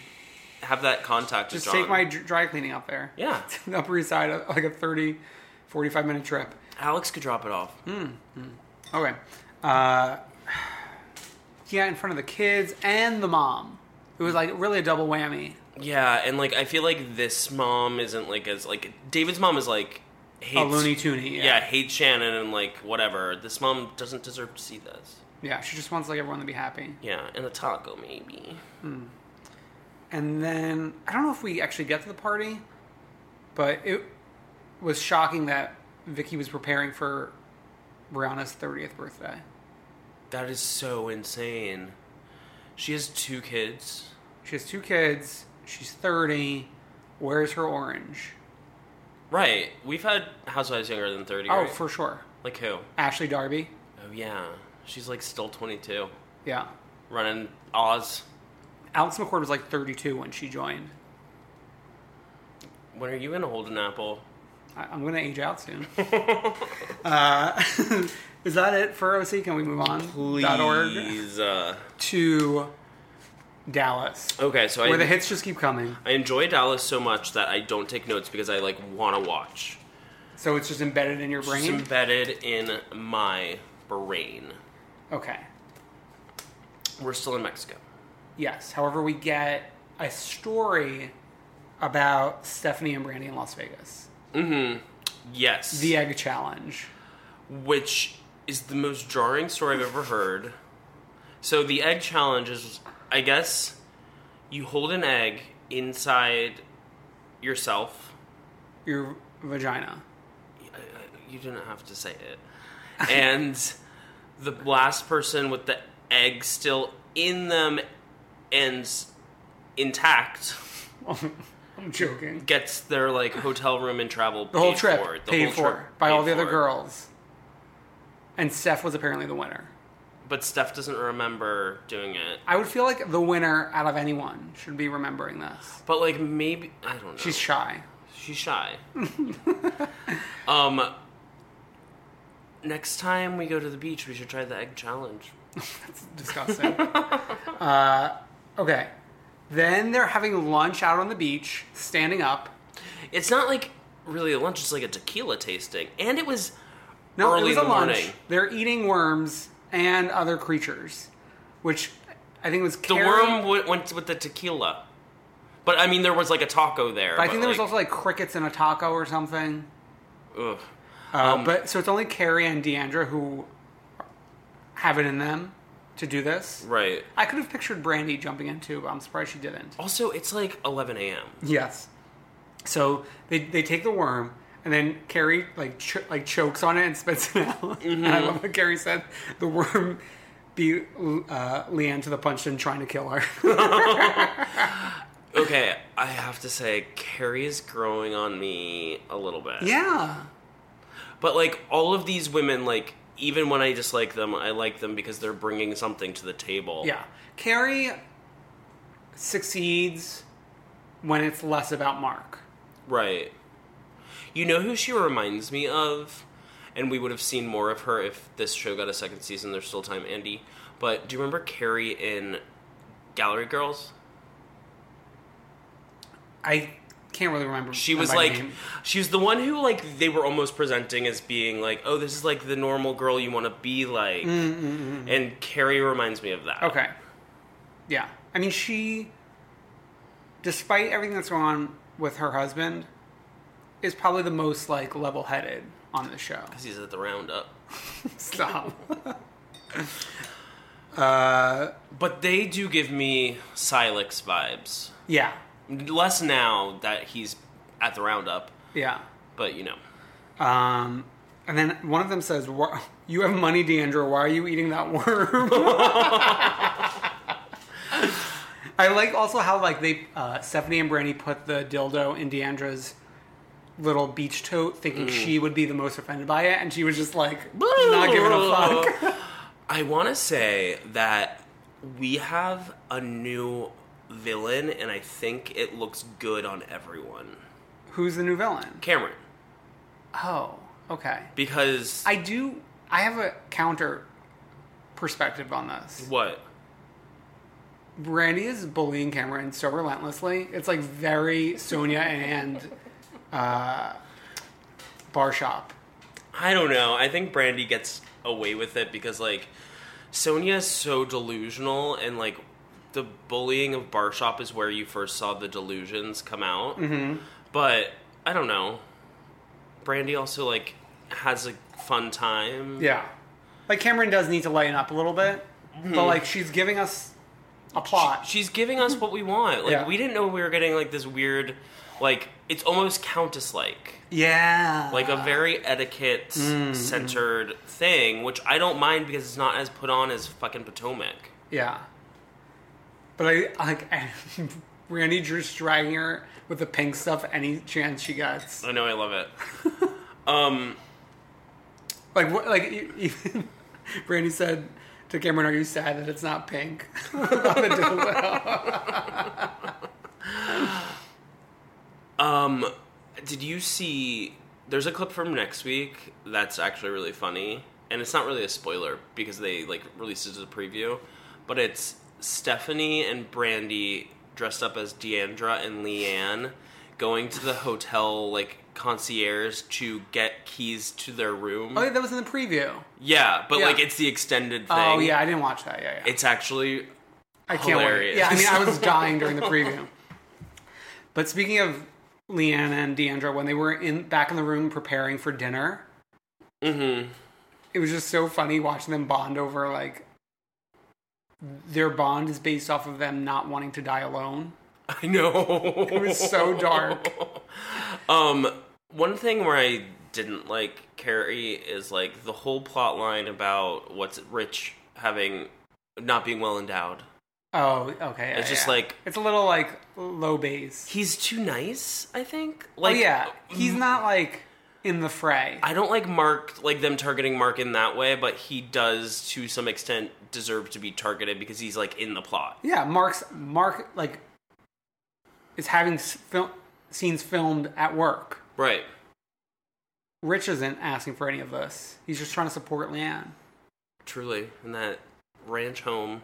A: have that contact.
B: Just
A: with John.
B: take my dr- dry cleaning up there.
A: yeah.
B: the Upper East Side, uh, like a 30, 45 minute trip.
A: Alex could drop it off.
B: Hmm? Okay. Uh, yeah, in front of the kids and the mom. It was like really a double whammy.
A: Yeah, and like I feel like this mom isn't like as like David's mom is like hates
B: A Looney Tooney.
A: Yeah.
B: Yeah.
A: hates Shannon and like whatever. This mom doesn't deserve to see this.
B: Yeah, she just wants like everyone to be happy.
A: Yeah, and a taco maybe.
B: And then I don't know if we actually get to the party, but it was shocking that Vicky was preparing for Brianna's 30th birthday.
A: That is so insane. She has two kids.
B: She has two kids. She's 30. Where's her orange?
A: Right. We've had housewives younger than thirty.
B: Oh,
A: right?
B: for sure.
A: like who?
B: Ashley Darby.
A: Oh yeah, she's like still twenty two,
B: Yeah.
A: running Oz.
B: Alex McCord was like 32 when she joined.
A: When are you gonna hold an apple?
B: I, I'm going to age out soon. uh, Is that it for OC? Can we move on? Dot org
A: Please. Uh,
B: to Dallas,
A: okay, so
B: where
A: I,
B: the hits just keep coming.
A: I enjoy Dallas so much that I don't take notes because I like want to watch.
B: So it's just embedded in your
A: It's
B: brain.
A: embedded in my brain.
B: Okay.
A: We're still in Mexico.
B: Yes. However, we get a story about Stephanie and Brandy in Las Vegas.
A: Yes.
B: Mm-hmm. The egg challenge.
A: which is the most jarring story I've ever heard. So the egg challenge is, I guess, you hold an egg inside yourself.
B: Your vagina.
A: You didn't have to say it. And the last person with the egg still in them and s- intact
B: I'm joking.
A: gets their like hotel room and travel
B: The whole
A: paid
B: trip
A: for, the
B: paid
A: whole
B: for
A: trip
B: by all
A: paid
B: the other
A: for.
B: girls. And Steph was apparently the winner.
A: But Steph doesn't remember doing it.
B: I would feel like the winner out of anyone should be remembering this.
A: But like maybe I don't know.
B: She's shy.
A: She's shy. um, next time we go to the beach, we should try the egg challenge.
B: Disgusting. uh, okay. Then they're having lunch out on the beach, standing up.
A: It's not like really a lunch; it's like a tequila tasting, and it was
B: No,
A: early
B: it was
A: in
B: a
A: the
B: lunch.
A: morning.
B: They're eating worms and other creatures, which I think was
A: The
B: Karen-
A: worm w- went with the tequila, but I mean, there was like a taco there.
B: I think there was
A: like,
B: also like crickets in a taco or something.
A: ugh. Um,
B: Uh, but so it's only Carrie and Deandra who have it in them to do this.
A: right.
B: I could have pictured Brandy jumping in too, but I'm surprised she didn't.
A: Also, it's like 11 a.m.
B: Yes. So they, they take the worm and then Carrie like ch- like chokes on it and spits it out. And I
A: Mm-hmm.
B: love what Carrie said. The worm beat uh, Leanne to the punch and trying to kill her.
A: Okay, I have to say, Carrie is growing on me a little bit.
B: yeah.
A: But like all of these women, like even when I dislike them, I like them because they're bringing something to the table.
B: Yeah. Carrie succeeds when it's less about Mark.
A: right. You know who she reminds me of, and we would have seen more of her if this show got a second season. There's still time, Andy. But do you remember Carrie in Gallery Girls?
B: I can't really remember.
A: She
B: them
A: was
B: by
A: like,
B: name.
A: she was the one who like they were almost presenting as being like, oh, this is like the normal girl you want to be like,
B: Mm,
A: and Carrie reminds me of that.
B: Okay. Yeah. I mean, she, despite everything that's going on with her husband, is probably the most, like, level headed on the show.
A: he's at the roundup.
B: Stop.
A: But they do give me Silex vibes.
B: yeah.
A: Less now that he's at the roundup,
B: Yeah.
A: but you know.
B: Um, and then one of them says, "Wha- You have money, Deandra. Why are you eating that worm? I like also how, like, they, uh, Stephanie and Brandy put the dildo in Deandra's little beach tote, thinking she would be the most offended by it. And she was just like, Not giving a fuck.
A: I want to say that we have a new villain, and I think it looks good on everyone.
B: Who's the new villain?
A: Cameron,
B: Oh, okay.
A: because
B: I do. I have a counter perspective on this.
A: what?
B: Brandy is bullying Cameron so relentlessly. It's like very Sonia and uh, Bar Shop.
A: I don't know. I think Brandy gets away with it because like Sonia is so delusional, and like the bullying of Barshop is where you first saw the delusions come out. Mm-hmm. But I don't know. Brandy also like has a fun time.
B: Yeah. Like Cameron does need to lighten up a little bit, but like she's giving us a plot.
A: She's giving us what we want. Like
B: Yeah.
A: we didn't know we were getting like this weird, like it's almost Countess like.
B: yeah. Mm.
A: like a very etiquette centered thing, which I don't mind because it's not as put on as fucking Potomac.
B: Yeah. But I like Brandy Drew's dragging her with the pink stuff any chance she gets.
A: I know I love it.
B: Like what? Like e- even Brandy said to Cameron, "Are you sad that it's not pink?" About the dildo.
A: Um, did you see? There's a clip from next week that's actually really funny. and it's not really a spoiler because they like released it as a preview, but it's Stephanie and Brandy dressed up as Deandra and Leanne going to the hotel like concierge to get keys to their room.
B: Oh, yeah, that was in the preview.
A: Yeah, but
B: Yeah.
A: like it's the extended thing.
B: Oh yeah, I didn't watch that. Yeah, yeah.
A: It's actually
B: I can't
A: hilarious.
B: wait. Yeah, I mean, I was dying during the preview. But speaking of Leanne and Deandra, when they were in back in the room preparing for dinner,
A: Mm-hmm.
B: it was just so funny watching them bond over like their bond is based off of them not wanting to die alone.
A: I know.
B: It was so dark.
A: Um, one thing where I didn't like Carrie is like the whole plot line about what's it, Rich having not being well endowed.
B: Oh, okay. yeah,
A: It's just
B: yeah.
A: like-
B: it's a little like low base.
A: He's too nice, I think.
B: Oh
A: Like mm.
B: yeah, he's not like in the fray.
A: I don't like Mark like them targeting Mark in that way, but he does to some extent deserve to be targeted because he's like in the plot.
B: Yeah, Mark's Mark like is having s- fil- scenes filmed at work.
A: Right.
B: Rich isn't asking for any of this. He's just trying to support Leanne.
A: Truly. In that ranch home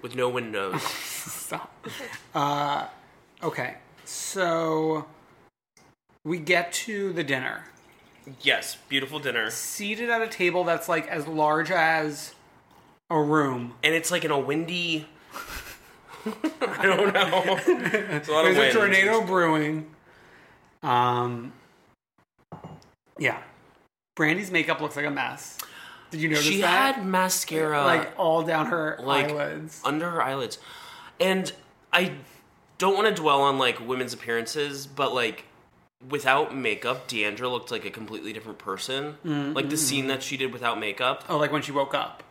A: with no windows.
B: Stop. Uh, okay, so we get to the dinner.
A: yes, beautiful dinner.
B: Seated at a table that's like as large as a room.
A: and it's like in a windy. I don't know. It's a lot of
B: There's a
A: wind.
B: tornado brewing. Um, yeah. Brandy's makeup looks like a mess. Did you notice
A: She
B: that?
A: had mascara
B: like
A: like,
B: all down her eyelids.
A: under her eyelids, and I don't want to dwell on like women's appearances, but like without makeup, Deandra looked like a completely different person.
B: Mm,
A: Like the scene that she did without makeup,
B: Oh, like when she woke up.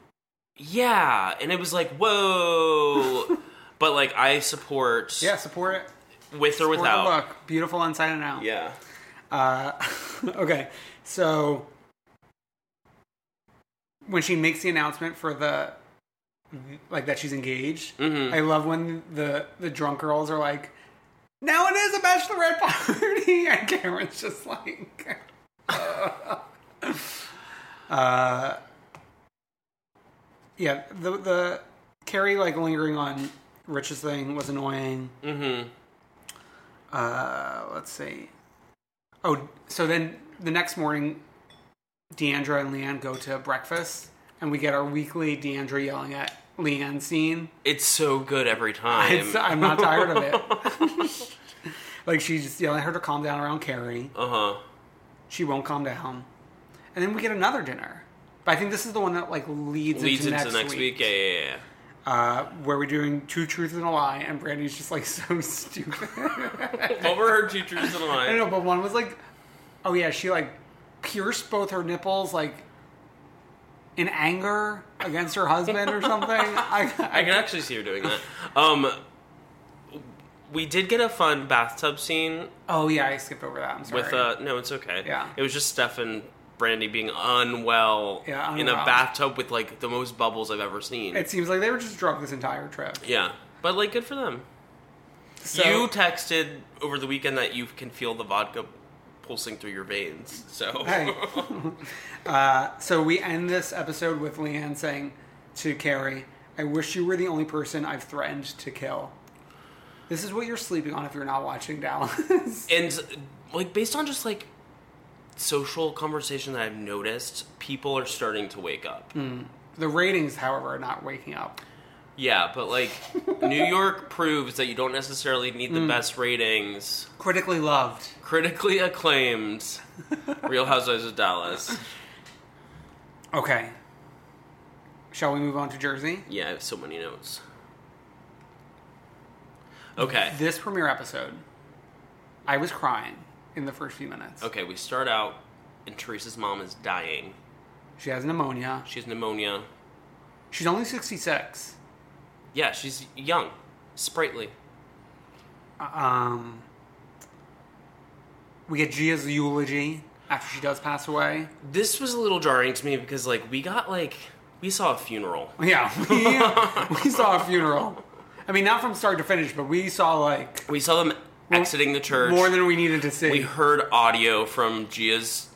A: yeah, and it was like whoa. but like I support
B: Yeah, support it.
A: with or
B: Support the
A: without.
B: look. Beautiful inside and out.
A: Yeah,
B: Uh, okay, so when she makes the announcement for the like that she's engaged, I love when the the drunk girls are like, "Now it is a bachelorette party," and Cameron's just like, uh, yeah, the the Carrie like lingering on Rich's thing was annoying.
A: mm-hmm.
B: Uh, let's see. Oh, so then the next morning, Deandra and Leanne go to breakfast, and we get our weekly Deandra yelling at Leanne scene.
A: It's so good every time.
B: It's, I'm not tired of it. like she's just yelling at her to calm down around Carrie.
A: uh huh.
B: She won't calm down, and then we get another dinner. But I think this is the one that like leads,
A: leads
B: into,
A: into
B: next,
A: next week.
B: week,
A: Yeah, yeah, yeah.
B: uh, where we're doing two truths and a lie, and Brandy's just like so stupid.
A: yeah. Overheard teachers and
B: I
A: I.
B: know, but one was like, oh yeah, she like pierced both her nipples like in anger against her husband or something. I,
A: I can
B: I,
A: actually see her doing that. Um, we did get a fun bathtub scene
B: oh yeah, I skipped over that. I'm sorry.
A: with uh no, it's okay.
B: Yeah.
A: It was just Steph and Brandy being unwell
B: Yeah,
A: in a
B: unwell.
A: bathtub with like the most bubbles I've ever seen.
B: it seems like they were just drunk this entire trip.
A: yeah. But like good for them.
B: So,
A: you texted over the weekend that you can feel the vodka pulsing through your veins. So
B: hey. uh, so we end this episode with Leanne saying to Carrie, "I wish you were the only person I've threatened to kill." This is what you're sleeping on if you're not watching Dallas.
A: and like based on just like social conversation that I've noticed, people are starting to wake up.
B: the ratings, however, are not waking up.
A: Yeah, but like New York proves that you don't necessarily need the best ratings.
B: Critically loved.
A: Critically acclaimed Real Housewives of Dallas.
B: Okay. Shall we move on to Jersey?
A: Yeah, I have so many notes. Okay.
B: This premiere episode, I was crying in the first few minutes.
A: Okay, we start out and Teresa's mom is dying.
B: She has pneumonia.
A: She has pneumonia.
B: She's only 66.
A: Yeah, she's young, sprightly.
B: Um, we get Gia's eulogy after she does pass away.
A: This was a little jarring to me because like we got like we saw a funeral.
B: Yeah, we, we saw a funeral. I mean, not from start to finish, but we saw like
A: We saw them exiting the church.
B: more than we needed to see.
A: we heard audio from Gia's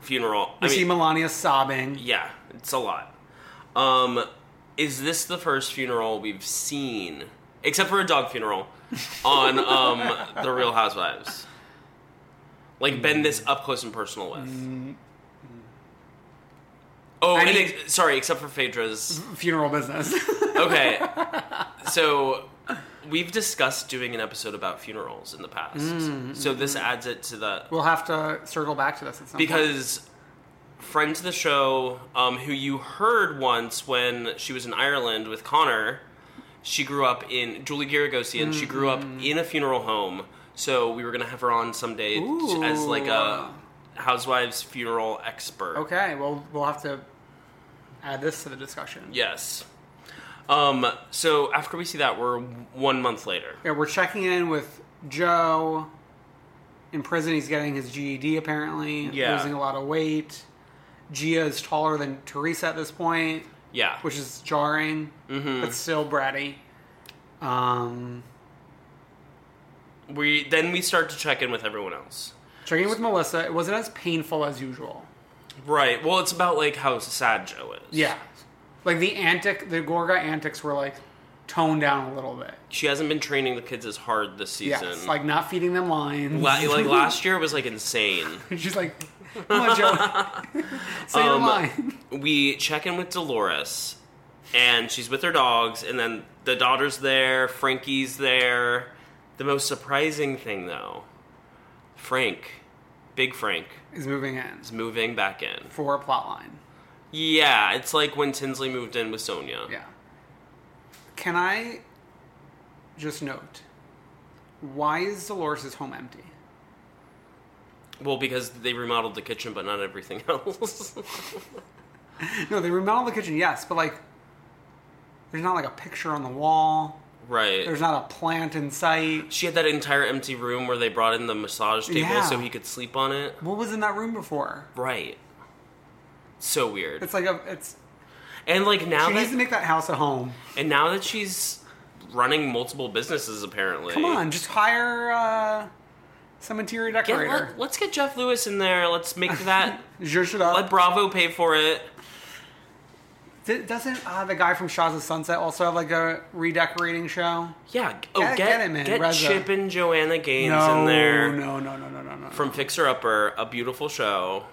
A: funeral.
B: We
A: I mean,
B: see Melania sobbing.
A: yeah, it's a lot. Um, is this the first funeral we've seen, except for a dog funeral, on um, the Real Housewives? Like been this up close and personal with? Oh,
B: Mm-hmm. I
A: and
B: mean-
A: ex- sorry, except for Phaedra's.
B: Funeral business.
A: Okay, so we've discussed doing an episode about funerals in the past, so this adds it to the
B: we'll have to circle back to this at some point.
A: because friend to the show um, who you heard once when she was in ireland with connor she grew up in julie garagosian she grew up in a funeral home so we were going to have her on someday t- as like a housewives funeral expert
B: Okay, well, we'll have to add this to the discussion.
A: yes um, so after we see that we're one month later
B: Yeah, we're checking in with Joe. In prison, he's getting his GED apparently,
A: Yeah.
B: losing a lot of weight. Gia is taller than Teresa at this point,
A: yeah
B: which is jarring,
A: Mm-hmm.
B: but still bratty. Um,
A: we then we start to check in with everyone else
B: checking in with Melissa, it wasn't as painful as usual.
A: right well it's about like how sad joe is
B: Yeah, like the antic, the Gorga antics were like toned down a little bit.
A: she hasn't been training the kids as hard this
B: Yeah,
A: season
B: like not feeding them lines.
A: La- like last year was like insane.
B: She's like, come on, Joe, say your line.
A: We check in with Dolores, and she's with her dogs, and then the daughter's there, Frankie's there. The most surprising thing, though, Frank, Big Frank,
B: Is moving in
A: is moving back in.
B: for a plot line.
A: Yeah, it's like when Tinsley moved in with Sonia.
B: Yeah. Can I just note why is Dolores' home empty?
A: Well, because they remodeled the kitchen, but not everything else.
B: No, they remodeled the kitchen, yes, but like, there's not like a picture on the wall.
A: right.
B: There's not a plant in sight.
A: she had that entire empty room where they brought in the massage table
B: Yeah.
A: so he could sleep on it.
B: What was in that room before?
A: Right. So weird.
B: It's like a. It's.
A: And like now
B: She
A: that
B: needs to make that house a home.
A: and now that she's running multiple businesses, apparently.
B: Come on, just hire uh, some interior
A: Get,
B: decorator.
A: let, us get Jeff Lewis in there. Let's make that.
B: Zhuzh it up.
A: let Bravo pay for it.
B: D- doesn't uh, the guy from Shaws of Sunset also have like a redecorating show?
A: Yeah. Oh,
B: Yeah,
A: get
B: get him in, Reza.
A: Chip and Joanna Gaines
B: no,
A: in there
B: no, no, no, no, no, no.
A: from Fixer Upper, a beautiful show.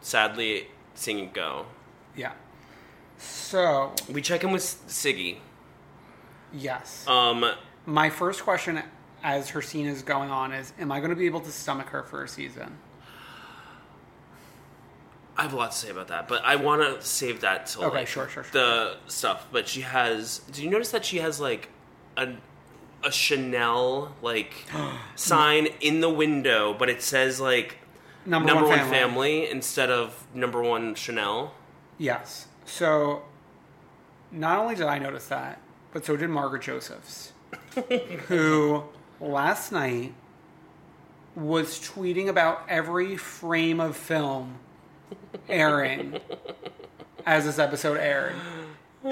A: Sadly, seeing it go.
B: Yeah. So,
A: We check in with Siggy.
B: yes.
A: Um,
B: My first question as her scene is going on is Am I going to be able to stomach her for a season?
A: I have a lot to say about that, but I want to save that till
B: Okay,
A: like,
B: sure, sure, sure.
A: the stuff. But she has. Do you notice that she has like a a Chanel like sign in the window, but it says like
B: Number,
A: number
B: one,
A: one,
B: family.
A: family. instead of number one Chanel?
B: Yes. So, not only did I notice that, but so did Margaret Josephs, who last night was tweeting about every frame of film airing as this episode aired.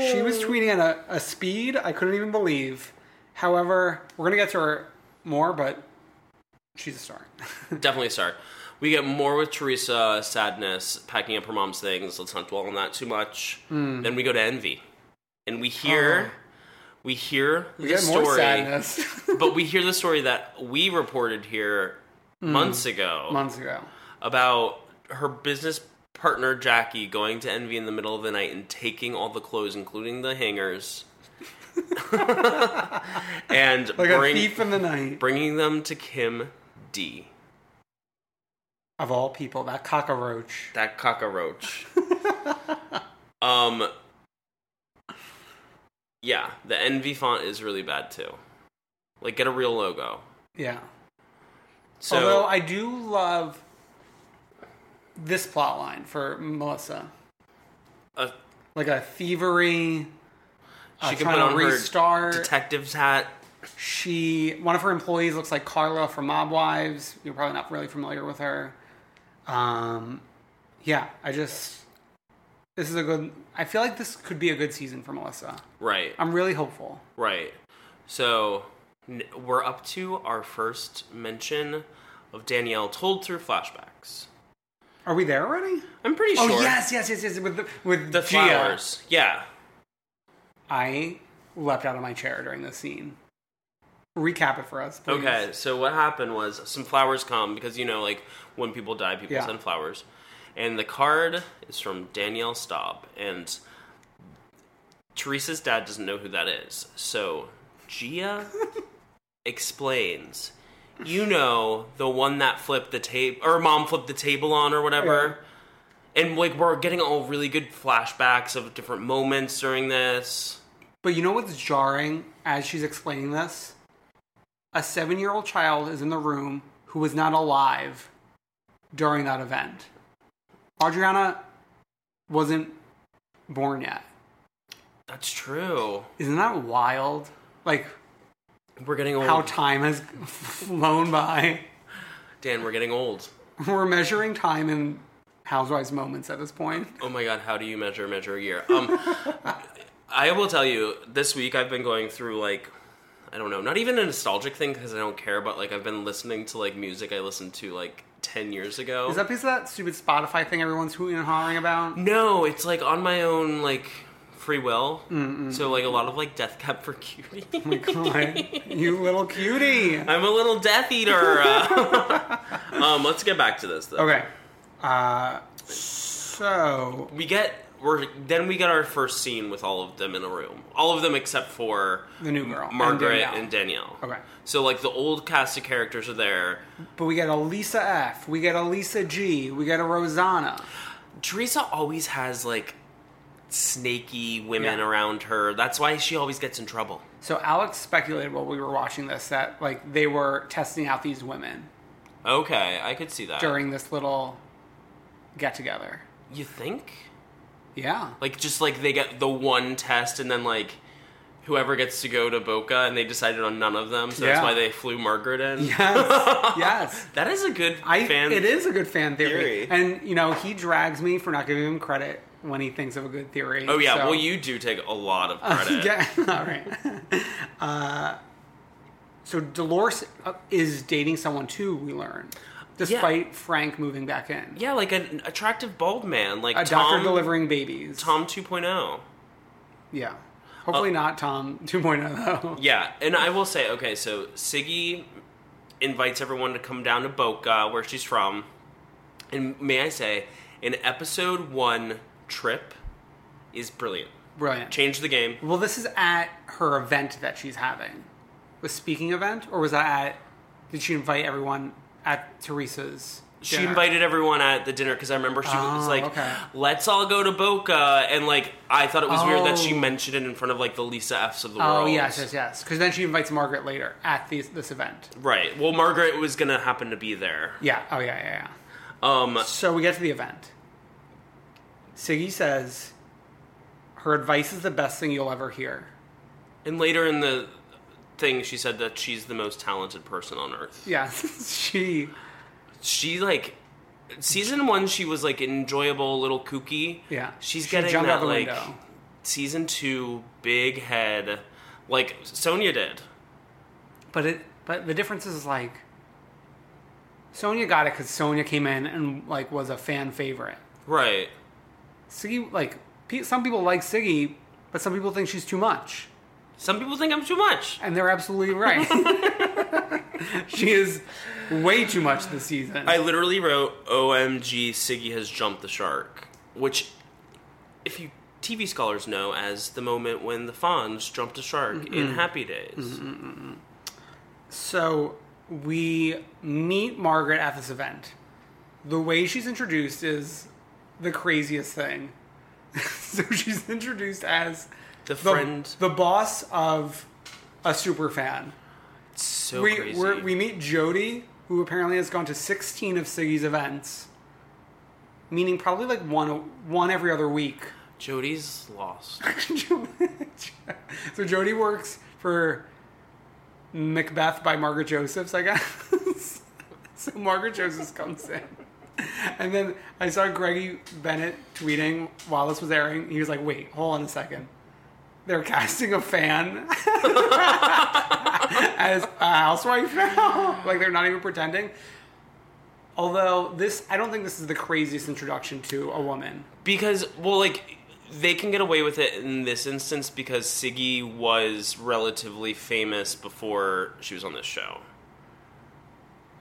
B: She was tweeting at a, a speed I couldn't even believe. However, we're going to get to her more, but she's a star.
A: Definitely a star. We get more with Teresa, sadness, packing up her mom's things. Let's not dwell on that too much.
B: Hmm.
A: Then we go to envy, and we hear. We hear
B: Oh. We
A: the
B: get more
A: story.
B: sadness
A: but we hear the story that we reported here
B: Mm.
A: months ago
B: months ago.
A: about her business partner Jackie going to Envy in the middle of the night and taking all the clothes, including the hangers, and
B: Like a
A: bring-
B: thief in the night.
A: bringing them to Kim D.
B: Of all people, that cockroach.
A: That cockroach. um. Yeah, the Envy font is really bad too. Like, get a real logo.
B: Yeah.
A: So,
B: Although I do love this plot line for Melissa.
A: uh,
B: Like a thievery. uh,
A: she can
B: trying
A: put
B: to
A: on
B: restart.
A: her detective's hat.
B: she one of her employees looks like Carla from Mob Wives. You're probably not really familiar with her. Um yeah, I just this is a good I feel like this could be a good season for Melissa.
A: Right,
B: I'm really hopeful.
A: right. So n- we're up to our first mention of Danielle told through flashbacks.
B: Are we there already?
A: I'm pretty
B: Oh
A: sure.
B: yes, yes, yes, yes. With the, with
A: The
B: Gia.
A: flowers. Yeah.
B: I leapt out of my chair during this scene. Recap it for us, please.
A: Okay, so what happened was some flowers come because you know, like when people die, people
B: Yeah.
A: send flowers, and the card is from Danielle Staub, and Teresa's dad doesn't know who that is. So Gia explains, you know, the one that flipped the table or mom flipped the table on or whatever. And like we're getting all really good flashbacks of different moments during this.
B: But you know what's jarring as she's explaining this? A seven year old child is in the room who was not alive during that event. Adriana wasn't born yet.
A: That's true.
B: Isn't that wild? Like
A: We're getting old.
B: how time has flown by.
A: Dan, we're getting old.
B: We're measuring time in housewives moments at this point.
A: Oh my god, how do you measure measure a year? Um, I will tell you, this week I've been going through like, I don't know, not even a nostalgic thing because I don't care, but like I've been listening to like music I listened to like ten years ago.
B: Is that piece of that stupid Spotify thing everyone's hooting and hollering about?
A: no, it's like on my own like free will. So like a lot of like Death Cab for Cutie.
B: you little cutie.
A: I'm a little Death Eater. uh. um, let's get back to this though.
B: Okay. Uh, so
A: we get we're then we get our first scene with all of them in a room. All of them except for
B: The new girl, and
A: Margaret,
B: Danielle.
A: and Danielle.
B: Okay.
A: So like the old cast of characters are there.
B: But we got a Lisa F. We got a Lisa G. We got a Rosanna.
A: Teresa always has like snaky women
B: Yeah.
A: around her. That's why she always gets in trouble.
B: So Alex speculated while we were watching this that like they were testing out these women
A: Okay, I could see that.
B: during this little get together.
A: you think?
B: Yeah.
A: Like just like they get the one test and then like whoever gets to go to Boca and they decided on none of them, so
B: Yeah.
A: that's why they flew Margaret in.
B: Yes. yes.
A: That is a good
B: I
A: fan
B: it is a good fan theory.
A: theory.
B: And you know, he drags me for not giving him credit when he thinks of a good theory.
A: Oh yeah,
B: so-
A: well you do take a lot of credit.
B: Yeah. All right. Uh, so Dolores uh, is dating someone too. We learn, despite Frank moving back in.
A: Yeah, like an attractive bald man, like
B: A
A: Tom,
B: doctor delivering babies.
A: Tom oh. 2.0.
B: Yeah. Hopefully not Tom 2.0 though.
A: Yeah, and I will say, okay, so Siggy invites everyone to come down to Boca, where she's from, and may I say, in episode one, Trip is brilliant.
B: Brilliant.
A: Changed the game.
B: Well, this is at her event that she's having, the speaking event, or was that at? Did she invite everyone at Teresa's?
A: She
B: dinner?
A: invited everyone at the dinner because I remember she was
B: Oh,
A: like,
B: okay.
A: "Let's all go to Boca," and like I thought it was weird that she
B: Oh.
A: mentioned it in front of like the Lisa F's of the world.
B: Oh yes, yes, yes. Because then she invites Margaret later at these, this event.
A: Right. Well, Margaret was gonna happen to be there.
B: Yeah. Oh yeah, yeah, yeah.
A: Um,
B: So we get to the event. Siggy says her advice is the best thing you'll ever hear.
A: And later in the thing, she said that she's the most talented person on earth.
B: Yeah, she.
A: She like season one, she was like enjoyable, little kooky.
B: Yeah,
A: she's
B: She
A: getting
B: jumped
A: that
B: out the
A: like
B: window.
A: season two, big head, like Sonia did.
B: But it. But the difference is like. Sonia got it because Sonia came in and like was a fan favorite.
A: Right.
B: Siggy like pe- some people like Siggy, but some people think she's too much,
A: Some people think I'm too much.
B: and they're absolutely right. she is way too much this season.
A: I literally wrote, "OMG, Siggy has jumped the shark," which, if you TV scholars know, as the moment when the Fonz jumped a shark in
B: Mm-hmm.
A: Happy Days.
B: So we meet Margaret at this event. The way she's introduced is the craziest thing. so she's introduced as
A: The friend,
B: the boss of a super fan.
A: so
B: we
A: crazy.
B: we're, we meet Jody, who apparently has gone to sixteen of Siggy's events, meaning probably like one one every other week.
A: Jody's lost.
B: so Jody works for Macbeth by Margaret Josephs, I guess. so Margaret Josephs comes in. And then I saw Greggy Bennett tweeting while this was airing. He was like, wait, hold on a second. They're casting a fan as a housewife now. like they're not even pretending. Although this, I don't think this is the craziest introduction to a woman.
A: Because, well, like, they can get away with it in this instance because Siggy was relatively famous before she was on this show.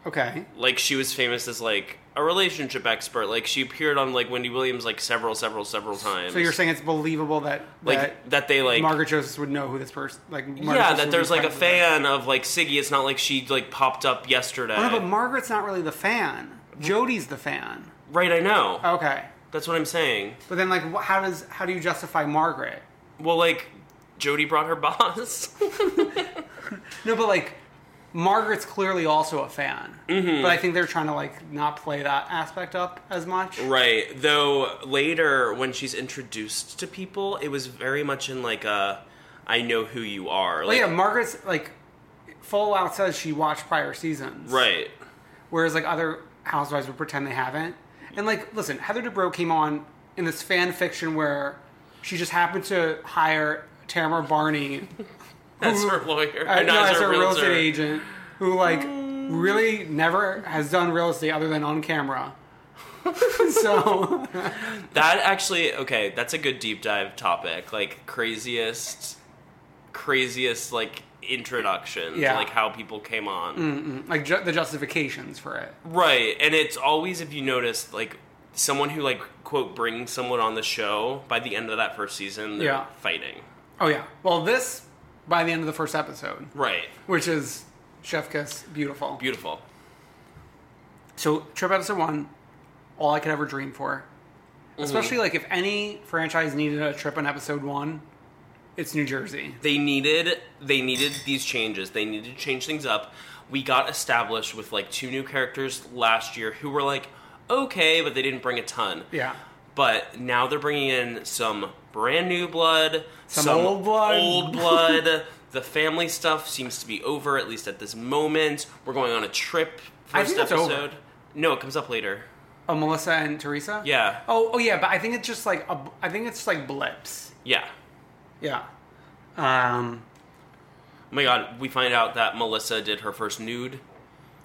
B: Okay.
A: Like, she was famous as, like, a relationship expert. Like, she appeared on, like, Wendy Williams, like, several, several, several times.
B: So you're saying it's believable that
A: like,
B: that,
A: that, they, like.
B: Margaret Josephs would know who this person? Like, Margaret
A: yeah,
B: Josephs would
A: that
B: be
A: there's, like, a
B: friends with her.
A: fan of, like, Siggy. It's not like she, like, popped up yesterday.
B: Oh, no, but Margaret's not really the fan. Jody's the fan.
A: right, I know.
B: Okay.
A: That's what I'm saying.
B: But then, like, wh- how does how do you justify Margaret?
A: Well, like, Jody brought her boss.
B: No, but like, Margaret's clearly also a fan.
A: Mm-hmm.
B: But I think they're trying to like not play that aspect up as much.
A: Right. Though later, when she's introduced to people, it was very much in like a, I know who you are.
B: But
A: Like,
B: yeah, Margaret's like full out says she watched prior seasons.
A: right.
B: Whereas like other housewives would pretend they haven't. And like, listen, Heather Dubrow came on in this fan fiction where she just happened to hire Tamara Barney
A: That's her lawyer.
B: uh,
A: or
B: no,
A: no, that's
B: as a
A: her
B: real
A: realtor.
B: estate agent who like really never has done real estate other than on camera. so
A: That actually, okay, that's a good deep dive topic. Like craziest, craziest like introduction.
B: Yeah. Mm.
A: Like how people came on.
B: like ju- the justifications for it.
A: Right, and it's always if you notice, like someone who like quote brings someone on the show by the end of that first season, they're
B: Yeah.
A: fighting.
B: Oh yeah. Well, this by the end of the first episode,
A: Right,
B: which is Chef Kiss, beautiful.
A: beautiful.
B: So trip episode one, all I could ever dream for.
A: Mm-hmm.
B: Especially like if any franchise needed a trip on episode one, it's New Jersey.
A: They needed they needed these changes. They needed to change things up. We got established with like two new characters last year who were like okay, but they didn't bring a ton.
B: Yeah.
A: But now they're bringing in some brand new blood,
B: Some old blood.
A: old blood. the family stuff seems to be over, at least at this moment. We're going on a trip. First
B: I think that's
A: episode.
B: over.
A: No, it comes up later.
B: Oh, Melissa and Teresa.
A: Yeah.
B: Oh, oh yeah, but I think it's just like a, I think it's just like blips.
A: Yeah.
B: Yeah. Um.
A: Oh my god, we find out that Melissa did her first nude.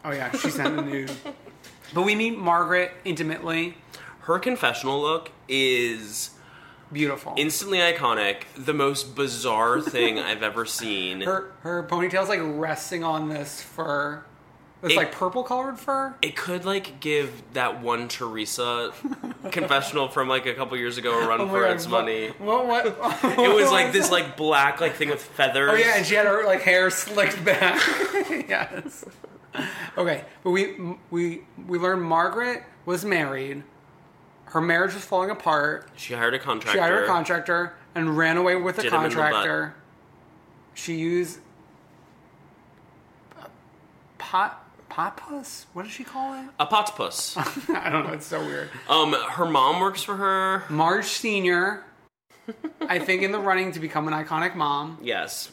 B: Oh yeah, she sent a nude. But we meet Margaret intimately.
A: Her confessional look is
B: Beautiful.
A: instantly iconic. The most bizarre thing I've ever seen.
B: her her ponytail's like resting on this fur. It's
A: It-
B: like purple colored fur.
A: it could like give that one Teresa confessional from like a couple years ago a run
B: Oh my
A: for
B: God,
A: its
B: what-
A: money.
B: What? What?
A: It was like this like black like thing with feathers.
B: Oh yeah, and she had her like hair slicked back. yes. Okay, but we we we learned Margaret was married. Her marriage was falling apart.
A: she hired a
B: She
A: contractor.
B: hired a contractor and ran away with the
A: Did him in the butt.
B: contractor. she used pot potpus. What does she call it?
A: A potspus.
B: I don't know. It's so weird.
A: um, her mom works for her.
B: Marge Senior, I think, in the running to become an iconic mom.
A: Yes,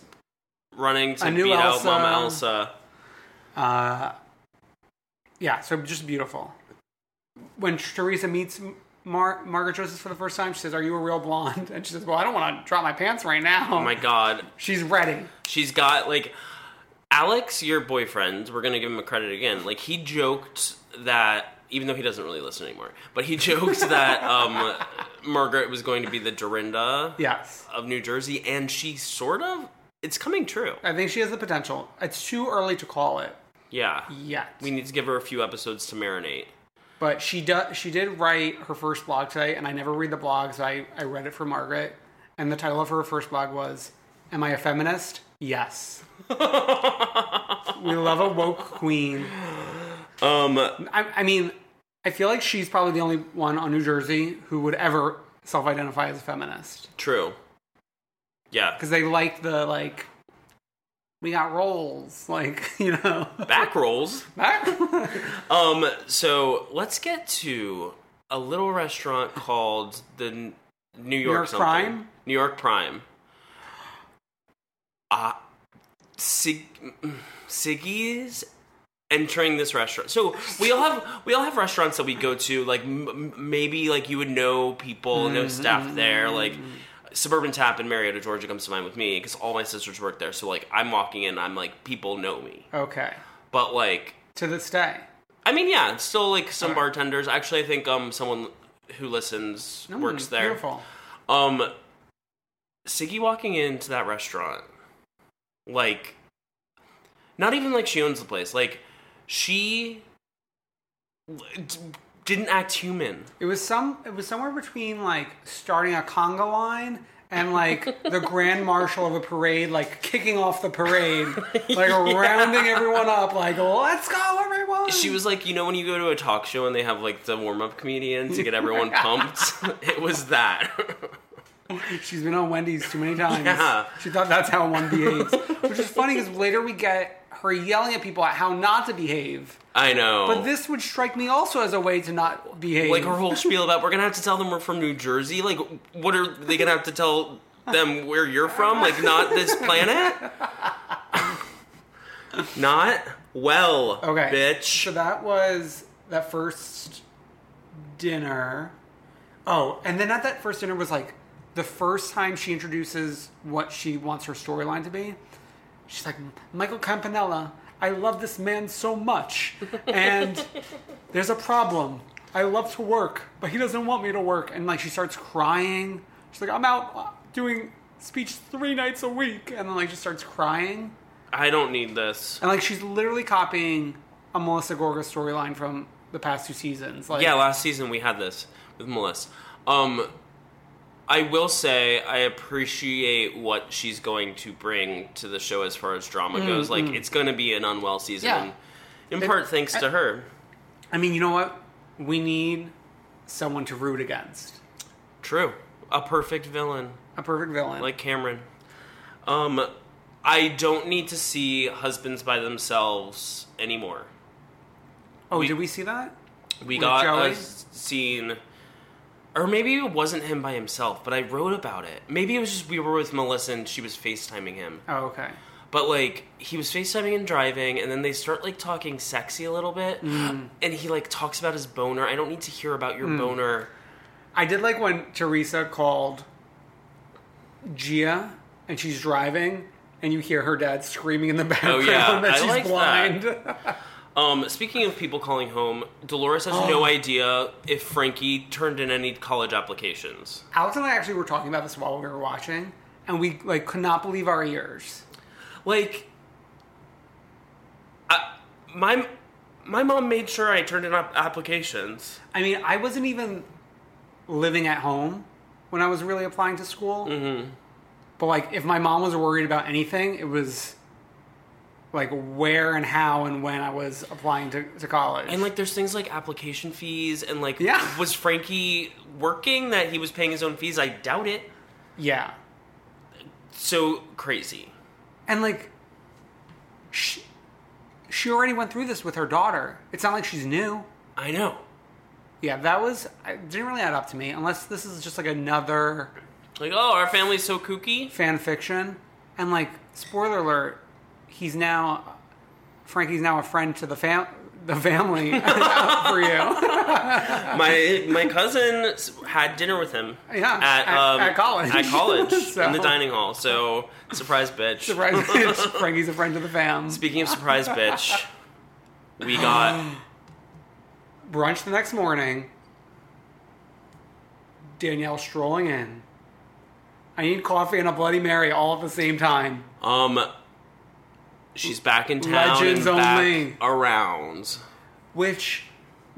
A: running to
B: I knew
A: beat out
B: Elsa.
A: Mama Elsa.
B: Uh, yeah, so just beautiful. When Teresa meets Mar- Margaret Josephs for the first time, she says, "Are you a real blonde?" And she says, "Well, I don't want to drop my pants right now."
A: Oh my god,
B: She's ready.
A: she's got like Alex, your boyfriend. We're gonna give him a credit again. Like he joked that. Even though he doesn't really listen anymore, but he joked that um, Margaret was going to be the Dorinda
B: Yes,
A: of New Jersey, and she sort of it's coming true.
B: I think she has the potential. It's too early to call it
A: Yeah.
B: yet,
A: We need to give her a few episodes to marinate.
B: but she does. She did write her first blog today, and I never read the blogs. I I read it for Margaret, and the title of her first blog was "Am I a feminist?" Yes. we love a woke queen.
A: Um
B: I, I mean, I feel like she's probably the only one on New Jersey who would ever self-identify as a feminist
A: true. Yeah.
B: because they like the like we got roles, like you know.
A: Back rolls.
B: Back.
A: Um so let's get to a little restaurant called the N- New York,
B: York
A: something.
B: Prime?
A: New York Prime. Uh Sig- Siggy's entering this restaurant. So we all have we all have restaurants that we go to. Like m- m- maybe like you would know people,
B: Mm-hmm.
A: know staff there. Like Suburban Tap in Marietta, Georgia comes to mind with me because all my sisters work there. So like I'm walking in, I'm like people know me.
B: okay.
A: But like
B: To this day,
A: I mean, yeah, it's still like some bartenders. Actually, I think um someone who listens works
B: Mm,
A: there.
B: Beautiful.
A: Um, Siggy walking into that restaurant, like, not even like she owns the place. Like, she d- didn't act human.
B: It was some. It was somewhere between like starting a conga line and like the grand marshal of a parade, like kicking off the parade, like rounding everyone up, like let's go, everyone.
A: She was like, you know, when you go to a talk show and they have like the warm up comedian to get everyone pumped. it was that.
B: She's been on Wendy's too many times.
A: Yeah.
B: She thought that's how one behaves, which is funny because later we get her yelling at people at how not to behave.
A: I know.
B: But this would strike me also as a way to not behave.
A: Oh. like her whole spiel about we're gonna have to tell them we're from New Jersey. Like, what are they gonna have to tell them where you're from? Like, not this planet. not well,
B: Okay. So
A: bitch.
B: that was that first dinner. Oh, and then at that first dinner was like the first time she introduces what she wants her storyline to be. She's like, Michael Campanella, I love this man so much. And there's a problem. I love to work, but he doesn't want me to work. And like she starts crying. She's like, I'm out uh, doing speech three nights a week. And then like just starts crying.
A: I don't need this.
B: And like she's literally copying a Melissa Gorga storyline from the past two seasons. Like
A: Yeah, last season we had this with Melissa. Um, I will say I appreciate what she's going to bring to the show as far as drama goes. Like, it's going to be an unwell season.
B: Mm, Yeah.
A: In part, thanks to her.
B: I mean, you know what? We need someone to root against.
A: True. A perfect villain.
B: A perfect villain.
A: like Cameron. Um, I don't need to see husbands by themselves anymore.
B: Oh, did we see that?
A: We
B: With
A: got
B: Joey?
A: a s- scene, or maybe it wasn't him by himself, but I wrote about it. Maybe it was just we were with Melissa and she was FaceTiming him.
B: Oh, okay.
A: But like he was FaceTiming and driving, and then they start like talking sexy a little bit,
B: Mm.
A: and he like talks about his boner. I don't need to hear about your boner.
B: I did like when Teresa called Gia and she's driving and you hear her dad screaming in the background
A: Oh, yeah.
B: that
A: I
B: she's
A: liked that.
B: blind.
A: Um, speaking of people calling home, Dolores has no idea if Frankie turned in any college applications.
B: Alex and I actually were talking about this while we were watching and we like could not believe our ears.
A: like I, my my mom made sure I turned in up applications.
B: I mean, I wasn't even living at home when I was really applying to school. Mm-hmm. But like, if my mom was worried about anything, it was like where and how and when I was applying to, to college.
A: And like there's things like application fees and like
B: Yeah.
A: was Frankie working that he was paying his own fees? I doubt it.
B: yeah,
A: So crazy.
B: and like, she, she already went through this with her daughter. It's not like she's new.
A: I know.
B: Yeah, that was I didn't really add up to me. Unless this is just like another
A: Like, oh, our family's so kooky.
B: fan fiction, and like spoiler alert, he's now Frankie's now a friend to the fam the family for you.
A: My my cousin s- had dinner with him.
B: Yeah,
A: At,
B: at-
A: um,
B: at college.
A: At college
B: So-
A: in the dining hall. So surprise, bitch.
B: Surprise! bitch, Frankie's a friend to the fam.
A: Speaking of surprise, bitch, we got
B: Brunch the next morning. Danielle strolling in. I need coffee and a Bloody Mary all at the same time.
A: Um, she's back in town
B: Legends
A: and back
B: only.
A: around.
B: Which,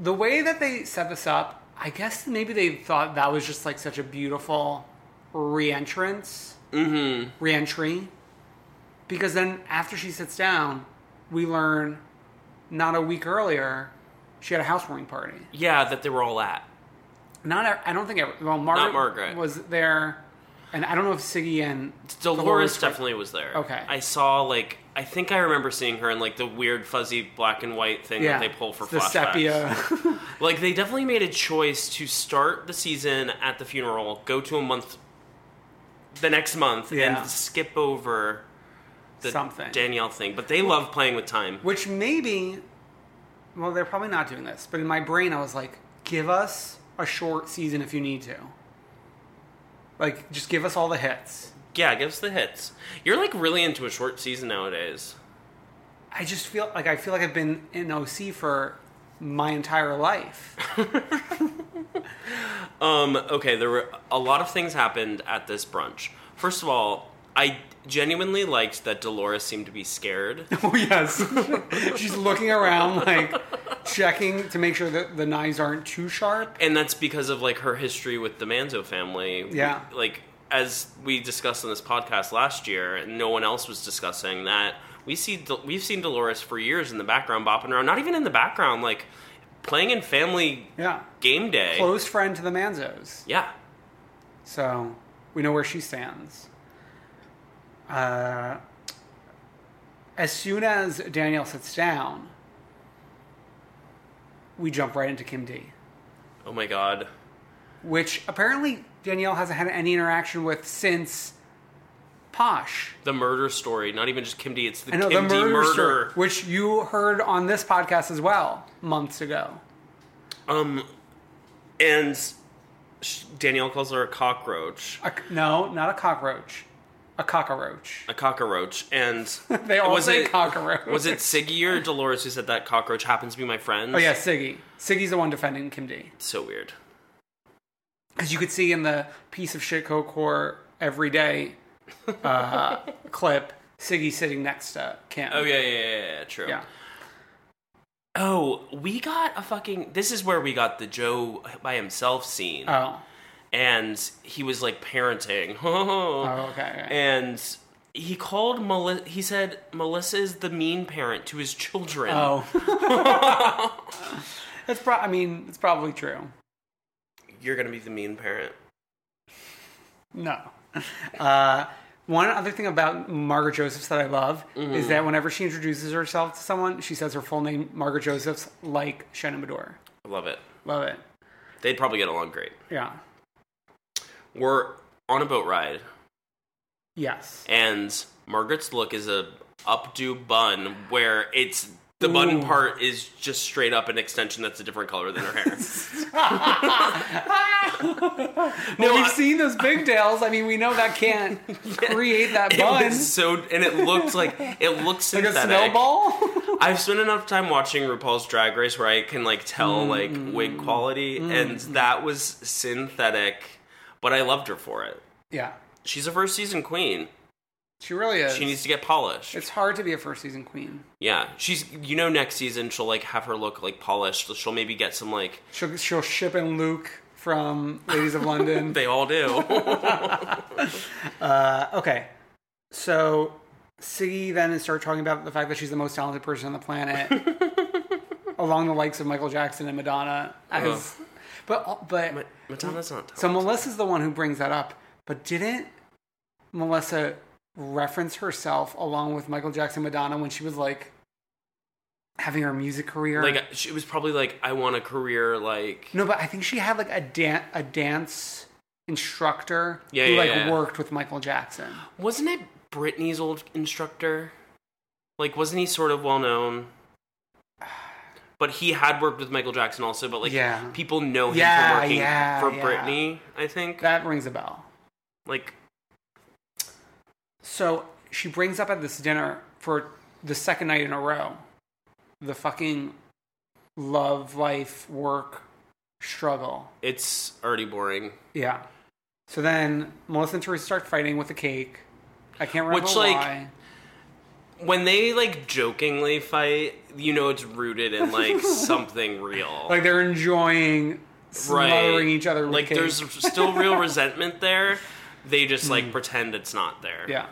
B: the way that they set this up, I guess maybe they thought that was just like such a beautiful re-entrance, mm-hmm. re-entry, because then after she sits down, we learn not a week earlier she had a housewarming party.
A: Yeah, that they were all at.
B: Not, ev- I don't think ever. Well, Margaret,
A: Margaret.
B: was there, and I don't know if Siggy and
A: Dolores,
B: were-
A: definitely was there.
B: Okay.
A: I saw like I think I remember seeing her in like the weird fuzzy black and white thing
B: Yeah,
A: that they pull for
B: the
A: flashbacks.
B: sepia.
A: Like they definitely made a choice to start the season at the funeral, go to a month the next month,
B: Yeah.
A: and skip over the
B: Something.
A: Danielle thing. But they love playing with time.
B: Which maybe, well, they're probably not doing this, but in my brain, I was like, give us a short season if you need to. Like, just give us all the hits.
A: Yeah, give us the hits. You're like really into a short season nowadays.
B: I just feel like I feel like I've been in OC for my entire life.
A: Um, okay, there were a lot of things happened at this brunch. First of all, I genuinely liked that Dolores seemed to be scared.
B: oh yes, she's looking around like checking to make sure that the knives aren't too sharp.
A: and that's because of like her history with the Manzo family. We-
B: Yeah.
A: like as we discussed on this podcast last year, and no one else was discussing that we see Del- we've seen Dolores for years in the background bopping around, not even in the background, like playing in family
B: Yeah,
A: game day.
B: close friend to the Manzos.
A: Yeah,
B: So we know where she stands. Uh, as soon as Danielle sits down, we jump right into Kim D,
A: Oh my god.
B: which apparently Danielle hasn't had any interaction with since Posh.
A: The murder story, not even just Kim D, it's the
B: I know
A: Kim
B: the
A: D
B: murder,
A: murder.
B: story, which you heard on this podcast as well months ago.
A: Um and sh- Danielle calls her a cockroach.
B: A, no, not a cockroach, a cockroach.
A: A cockroach and
B: They all
A: was
B: say
A: it,
B: cockroach.
A: Was it Siggy or Dolores who said that cockroach happens to be my friend?
B: Oh yeah, Siggy. Siggy's the one defending Kim D.
A: So weird.
B: because you could see in the piece of shit Kokor every day uh, clip, Siggy sitting next to Kim.
A: Oh yeah, yeah, yeah, yeah, yeah, true.
B: yeah.
A: Oh, we got a fucking this is where we got the Joe by himself scene.
B: Oh,
A: and he was like parenting.
B: Oh, okay, okay.
A: And he called Melissa. He said Melissa is the mean parent to his children.
B: oh. That's pro- I mean, it's probably true.
A: You're gonna be the mean parent.
B: No. Uh, one other thing about Margaret Josephs that I love
A: Mm-hmm.
B: is that whenever she introduces herself to someone, she says her full name, Margaret Josephs, like Shannon Medore.
A: I love it.
B: Love it.
A: They'd probably get along great.
B: Yeah.
A: We're on a boat ride,
B: Yes.
A: and Margaret's look is a updo bun where it's the bun
B: Ooh.
A: part is just straight up an extension that's a different color than her hair.
B: well, we've
A: I-
B: seen those big tails. I mean, we know that can't create that bun.
A: It was so, and it looked like it looked
B: like a
A: synthetic.
B: snowball.
A: I've spent enough time watching RuPaul's Drag Race where I can like tell like
B: Mm.
A: wig quality, and that was synthetic, but I loved her for it.
B: yeah,
A: She's a first season queen.
B: she really is.
A: She needs to get polished.
B: It's hard to be a first season queen.
A: yeah, she's you know next season she'll like have her look like polished. She'll maybe get some like
B: She'll she'll ship in Luke from Ladies of London.
A: they all do.
B: Uh, okay, so Siggy then starts talking about the fact that she's the most talented person on the planet, along the likes of Michael Jackson and Madonna. As, but but
A: Ma- Madonna's not.
B: So Melissa's the one who brings that up, but didn't Melissa reference herself along with Michael Jackson Madonna when she was like having her music career?
A: like she was probably like I want a career like
B: no, but I think she had like a dan- a dance instructor
A: Yeah,
B: who
A: yeah,
B: like
A: yeah.
B: worked with Michael Jackson.
A: wasn't it Britney's old instructor? Like, wasn't he sort of well known? But he had worked with Michael Jackson also, but like
B: Yeah.
A: people know him
B: Yeah,
A: for working
B: yeah,
A: for
B: yeah.
A: Britney, I think.
B: That rings a bell.
A: like
B: So she brings up at this dinner for the second night in a row the fucking love life work struggle
A: it's already boring.
B: Yeah. So then Melissa and Teresa start fighting with the cake. I can't remember
A: Which, like,
B: why.
A: When they like jokingly fight, you know it's rooted in like something real.
B: Like, they're enjoying smothering each other. With
A: Like
B: cake.
A: there's still real resentment there. They just like pretend it's not there.
B: Mm. yeah.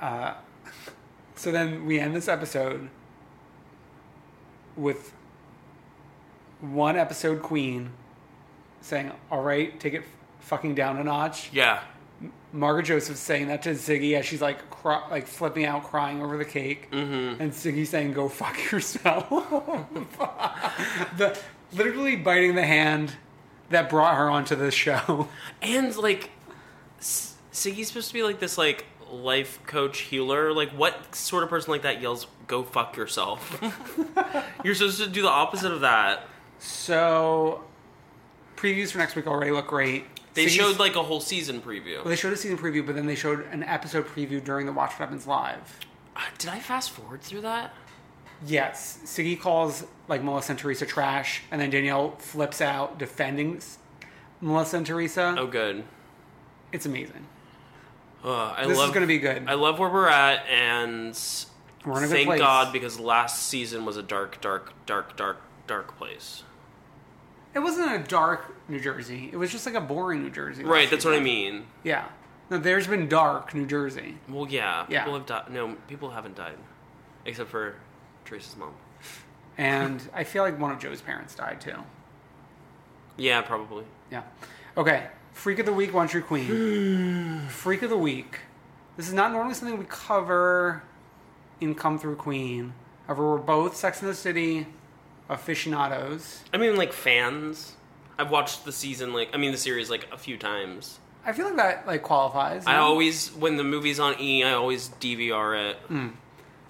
B: Uh, so then we end this episode with one episode queen saying, "All right, take it fucking down a notch."
A: Yeah.
B: Margaret Joseph saying that to Ziggy as she's like cry- like flipping out, crying over the cake,
A: Mm-hmm.
B: and Ziggy saying "Go fuck yourself." the literally biting the hand that brought her onto this show.
A: And like, S- Siggy's supposed to be like this like life coach healer. Like, what sort of person like that yells "Go fuck yourself"? You're supposed to do the opposite of that.
B: So previews for next week already look great.
A: They
B: Ziggy's-
A: showed like a whole season
B: well, they
A: preview.
B: showed a season preview, but then they showed an episode preview during the Watch What Happens Live.
A: Uh, Did I fast forward through that?
B: Yes, Siggy calls like Melissa and Teresa trash, and then Danielle flips out defending s- Melissa and Teresa.
A: Oh, good.
B: It's amazing.
A: Uh, I
B: This is
A: love,
B: gonna be good.
A: I love where we're at, and
B: We're in a good
A: thank
B: place.
A: God because last season was a dark, dark, dark, dark, dark place.
B: It wasn't a dark New Jersey. It was just like a boring New Jersey.
A: Right, that's what I mean.
B: Yeah. No, there's been dark New Jersey.
A: Well, yeah,
B: Yeah.
A: people have died. No, people haven't died, except for Teresa's mom.
B: And I feel like one of Joe's parents died too.
A: Yeah, probably.
B: Yeah. Okay. Freak of the week, one true queen. Freak of the week. This is not normally something we cover in Come Through Queen. However, we're both Sex in the City aficionados.
A: I mean, like fans. I've watched the season, like I mean, the series, like a few times.
B: I feel like that like qualifies.
A: I always, when the movie's on E, I always DVR it.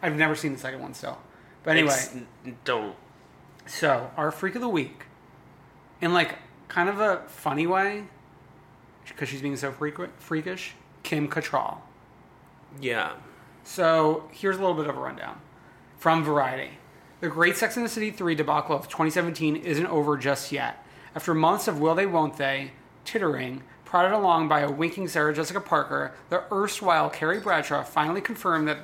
B: I've never seen the second one still. But Mm. anyway,
A: It's- n- don't.
B: so our freak of the week, in like kind of a funny way, because she's being so freak- freakish, Kim Cattrall.
A: Yeah,
B: So here's a little bit of a rundown from Variety. The Great Sex and the City 3 debacle of 2017 isn't over just yet. After months of will they, won't they, tittering, prodded along by a winking Sarah Jessica Parker, the erstwhile Carrie Bradshaw finally confirmed that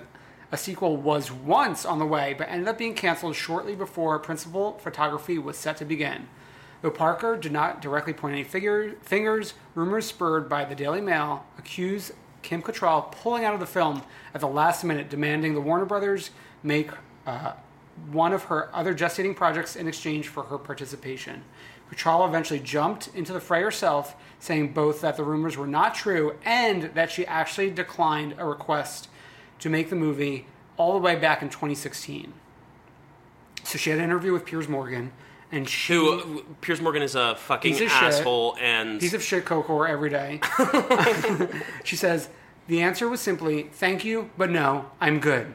B: a sequel was once on the way, but ended up being canceled shortly before principal photography was set to begin. Though Parker did not directly point any figure, fingers, rumors spurred by the Daily Mail accuse Kim Cattrall pulling out of the film at the last minute, demanding the Warner Brothers make uh, one of her other gestating projects in exchange for her participation. Cattrall eventually jumped into the fray herself, saying both that the rumors were not true and that she actually declined a request to make the movie all the way back in 2016. So she had an interview with Piers Morgan, and she
A: who Piers Morgan is a fucking
B: Piece of shit.
A: asshole, and
B: piece of shit Kokor every day. she says, The answer was simply, thank you, but no, I'm good.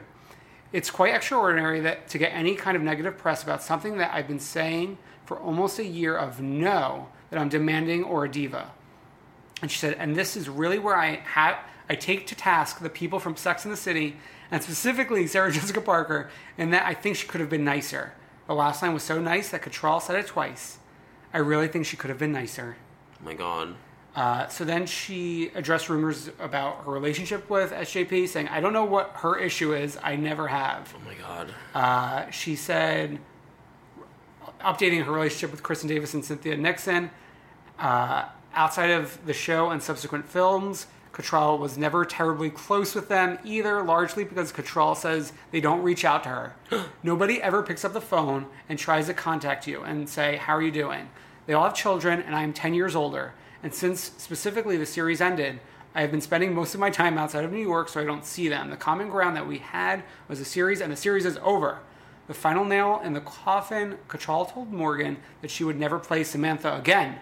B: It's quite extraordinary that to get any kind of negative press about something that I've been saying for almost a year of no that I'm demanding or a diva. And she said, and this is really where I have I take to task the people from Sex and the City, and specifically Sarah Jessica Parker, in that I think she could have been nicer. The last line was so nice that Cattrall said it twice. I really think she could have been nicer.
A: oh my god,
B: Uh, so then she addressed rumors about her relationship with SJP, saying, I don't know what her issue is. I never have. Uh,
A: oh my god.
B: She said, updating her relationship with Kristen Davis and Cynthia Nixon. Uh, outside of the show and subsequent films, Cattrall was never terribly close with them either, largely because Cattrall says they don't reach out to her. Nobody ever picks up the phone and tries to contact you and say, How are you doing? They all have children, and I am 10 years older. And since specifically the series ended, I have been spending most of my time outside of New York, so I don't see them. The common ground that we had was a series, and the series is over. The final nail in the coffin, Cattrall told Morgan that she would never play Samantha again,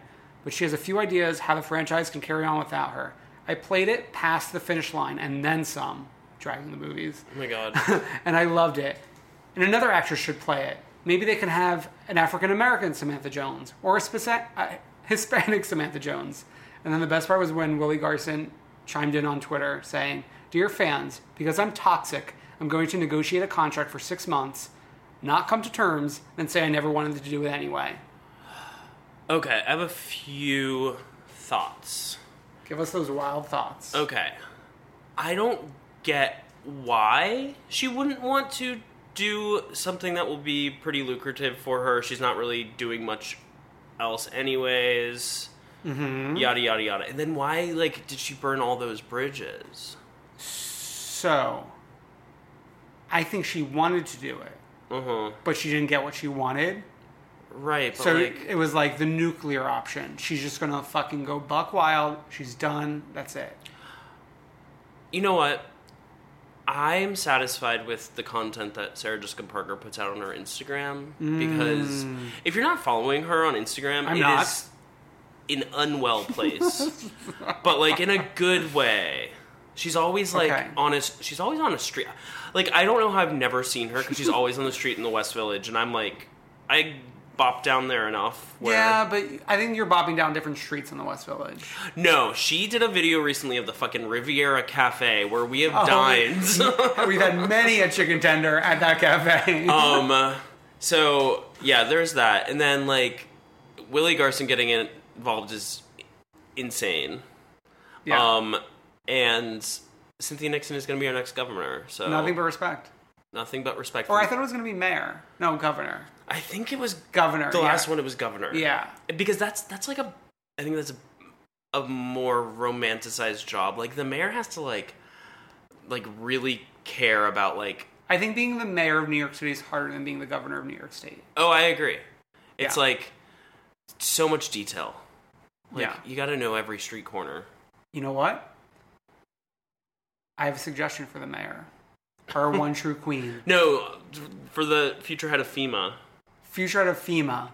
B: but she has a few ideas how the franchise can carry on without her. I played it past the finish line and then some, dragging the movies,
A: Oh my god.
B: and I loved it. And another actress should play it. Maybe they can have an African American Samantha Jones or a speci- uh, Hispanic Samantha Jones. And then the best part was when Willie Garson chimed in on Twitter saying, Dear fans, because I'm toxic, I'm going to negotiate a contract for six months, not come to terms, and say I never wanted to do it anyway.
A: Okay, I have a few thoughts.
B: Give us those wild thoughts.
A: Okay. I don't get why she wouldn't want to do something that will be pretty lucrative for her. She's not really doing much else, anyways. Yada, yada, yada. And then why, like, did she burn all those bridges?
B: So, I think she wanted to do it, but she didn't get what she wanted.
A: Uh-huh. Right, but,
B: So
A: like,
B: it was like the nuclear option. She's just gonna fucking go buck wild. She's done. That's it.
A: you know what? I'm satisfied with the content that Sarah Jessica Parker puts out on her Instagram because if you're not following her on Instagram,
B: Mm. I'm
A: it
B: not.
A: is an unwell place, but like in a good way. She's always like
B: Okay.
A: honest. She's always on a street. Like I don't know how I've never seen her because she's always on the street in the West Village, and I'm like, I bop down there enough. Where,
B: Yeah, but I think you're bopping down different streets in the West Village.
A: No, she did a video recently of the fucking Riviera Cafe where we
B: Oh.
A: have dined.
B: We've had many a chicken tender at that cafe.
A: um, uh, so yeah, there's that, and then like Willie Garson getting in- involved is insane.
B: yeah.
A: Um, and Cynthia Nixon is going to be our next governor. So
B: Nothing but respect.
A: nothing but respect.
B: Or
A: for-
B: I thought it was going to be mayor. No, governor.
A: I think it was
B: Governor,
A: The
B: yeah.
A: last one it was governor.
B: Yeah.
A: because that's that's like a I think that's a, a more romanticized job. Like the mayor has to like like really care about like
B: I think being the mayor of New York City is harder than being the governor of New York State.
A: oh I agree. It's
B: Yeah.
A: like so much detail. Like
B: yeah.
A: you got to know every street corner.
B: You know what? I have a suggestion for the mayor. Our one true queen.
A: No, for the future head of FEMA.
B: Future out of FEMA.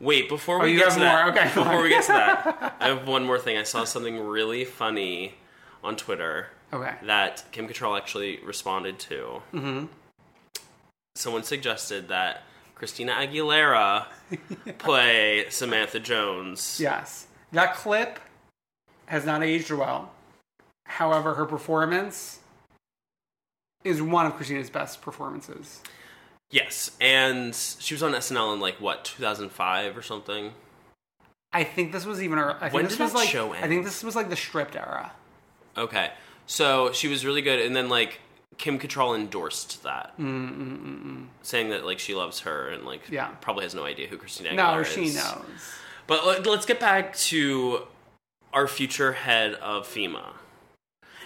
A: Wait, before
B: Oh,
A: we
B: you
A: get
B: have
A: to that,
B: more. Okay,
A: before
B: fine.
A: we get to that, I have one more thing. I saw something really funny on Twitter
B: Okay.
A: that Kim Cattrall actually responded to. Mm-hmm. Someone suggested that Christina Aguilera play Samantha Jones.
B: Yes. That clip has not aged well. However, her performance is one of Christina's best performances.
A: Yes, and she was on SNL in like what 2005 or something.
B: I think this was even her. I think
A: When
B: this
A: did
B: was
A: that
B: like,
A: show
B: I think
A: end?
B: this was like the stripped era.
A: Okay, so she was really good, and then like Kim Cattrall endorsed that, mm saying that like she loves her and like
B: Yeah.
A: probably has no idea who Christina Aguilera
B: No,
A: is.
B: she knows.
A: But let- let's get back to our future head of FEMA.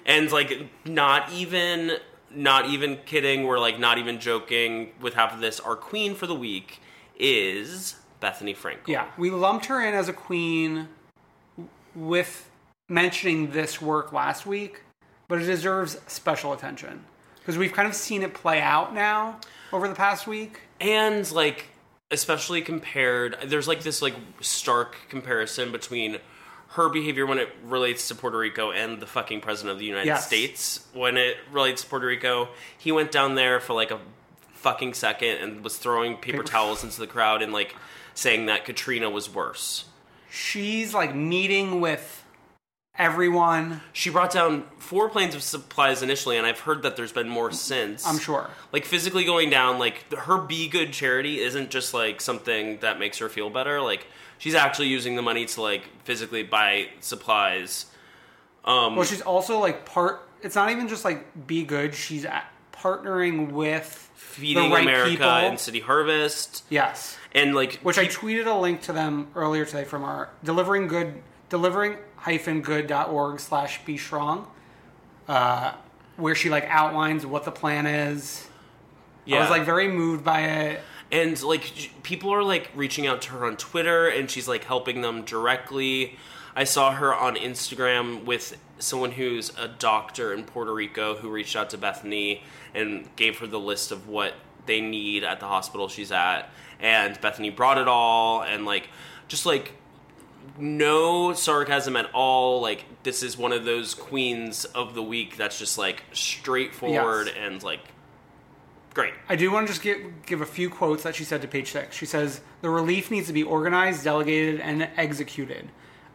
A: And like not even not even kidding, we're like not even joking with half of this. Our queen for the week is Bethany Frankel.
B: Yeah, we lumped her in as a queen w- with mentioning this work last week, but it deserves special attention because we've kind of seen it play out now over the past week.
A: And like especially compared there's like this like stark comparison between her behavior when it relates to Puerto Rico and the fucking president of the United
B: Yes.
A: States when it relates to Puerto Rico. He went down there for like a fucking second and was throwing paper, towels into the crowd and like saying that Katrina was worse.
B: She's like meeting with everyone,
A: She brought down four planes of supplies initially and I've heard that there's been more since.
B: Mm, I'm sure.
A: like physically going down like her be good charity isn't just like something that makes her feel better like she's actually using the money to like physically buy supplies
B: well, she's also like part, it's not even just like be good, she's a partnering with
A: feeding
B: the right
A: america
B: people.
A: and city harvest
B: yes.
A: and like
B: which I tweeted a link to them earlier today from our delivering good delivering hyphen good.org slash be strong uh, where she like outlines what the plan is
A: yeah.
B: I was like very moved by it
A: and like j- people are like reaching out to her on Twitter, and she's like helping them directly. I saw her on Instagram with someone who's a doctor in Puerto Rico who reached out to Bethany and gave her the list of what they need at the hospital she's at, and Bethany brought it all, and like just like no sarcasm at all. Like this is one of those queens of the week that's just like straightforward
B: Yes.
A: and like great.
B: I do want to just give, give a few quotes that she said to page six. She says, The relief needs to be organized, delegated, and executed.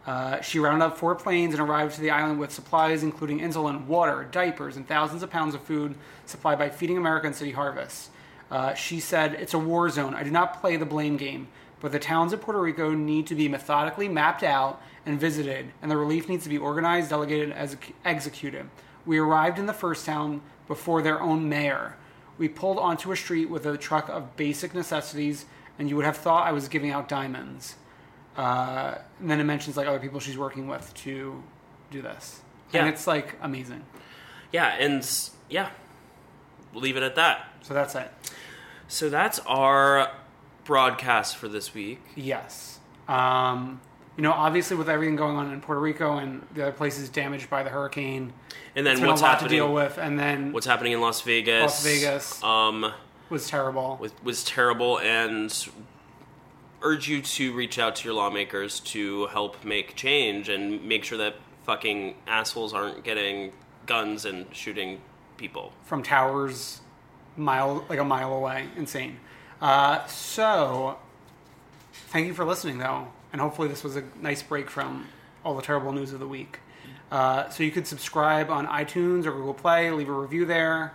B: Uh, she rounded up four planes and arrived to the island with supplies, including insulin, water, diapers, and thousands of pounds of food supplied by Feeding America and City Harvest. Uh, she said, It's a war zone. I do not play the blame game, but the towns of Puerto Rico need to be methodically mapped out and visited, and the relief needs to be organized, delegated, and exec- executed. We arrived in the first town before their own mayor. We pulled onto a street with a truck of basic necessities, and you would have thought I was giving out diamonds. Uh, and then it mentions like other people she's working with to do this,
A: Yeah.
B: and it's like amazing.
A: Yeah, and s- yeah, We'll leave it at that.
B: So that's it.
A: So that's our broadcast for this week.
B: Yes. Um, you know, obviously with everything going on in Puerto Rico and the other places damaged by the hurricane,
A: And then
B: it's been
A: what's
B: a lot
A: happening?
B: to deal with. And then
A: What's happening in Las Vegas?
B: Las Vegas.
A: um,
B: was terrible.
A: was, was terrible, and urge you to reach out to your lawmakers to help make change and make sure that fucking assholes aren't getting guns and shooting people.
B: from towers mile like a mile away insane uh, so Thank you for listening, though, and hopefully this was a nice break from all the terrible news of the week. Uh, so you could subscribe on iTunes or Google Play, leave a review there.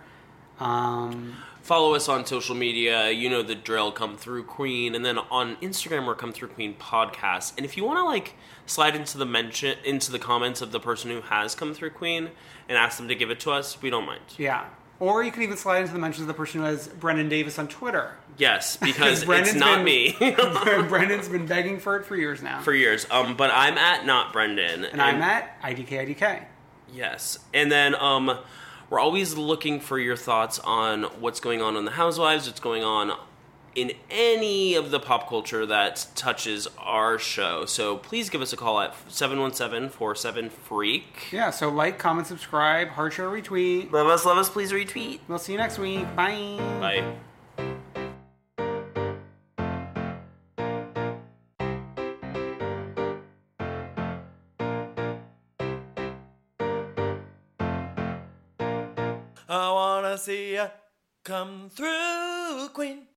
B: Um,
A: Follow us on social media. You know the drill. Come through Queen, and then on Instagram we're Come Through Queen podcast. And if you want to like slide into the mention into the comments of the person who has come through Queen and ask them to give it to us, we don't mind.
B: yeah. Or you can even slide into the mentions of the person who has Brendan Davis on Twitter.
A: Yes, because it's
B: Brendan's been-
A: not me
B: Brendan's been begging for it for years now.
A: for years. Um, but I'm at not Brendan,
B: and I'm at IDKIDK.
A: Yes. And then um we're always looking for your thoughts on what's going on in the housewives, what's going on in any of the pop culture that touches our show. So please give us a call at 717-47-freak.
B: Yeah, so like, comment, subscribe, heart share, retweet.
A: Love us, love us, please retweet.
B: We'll see you next week. Bye.
A: Bye.
D: I wanna see ya come through, Queen.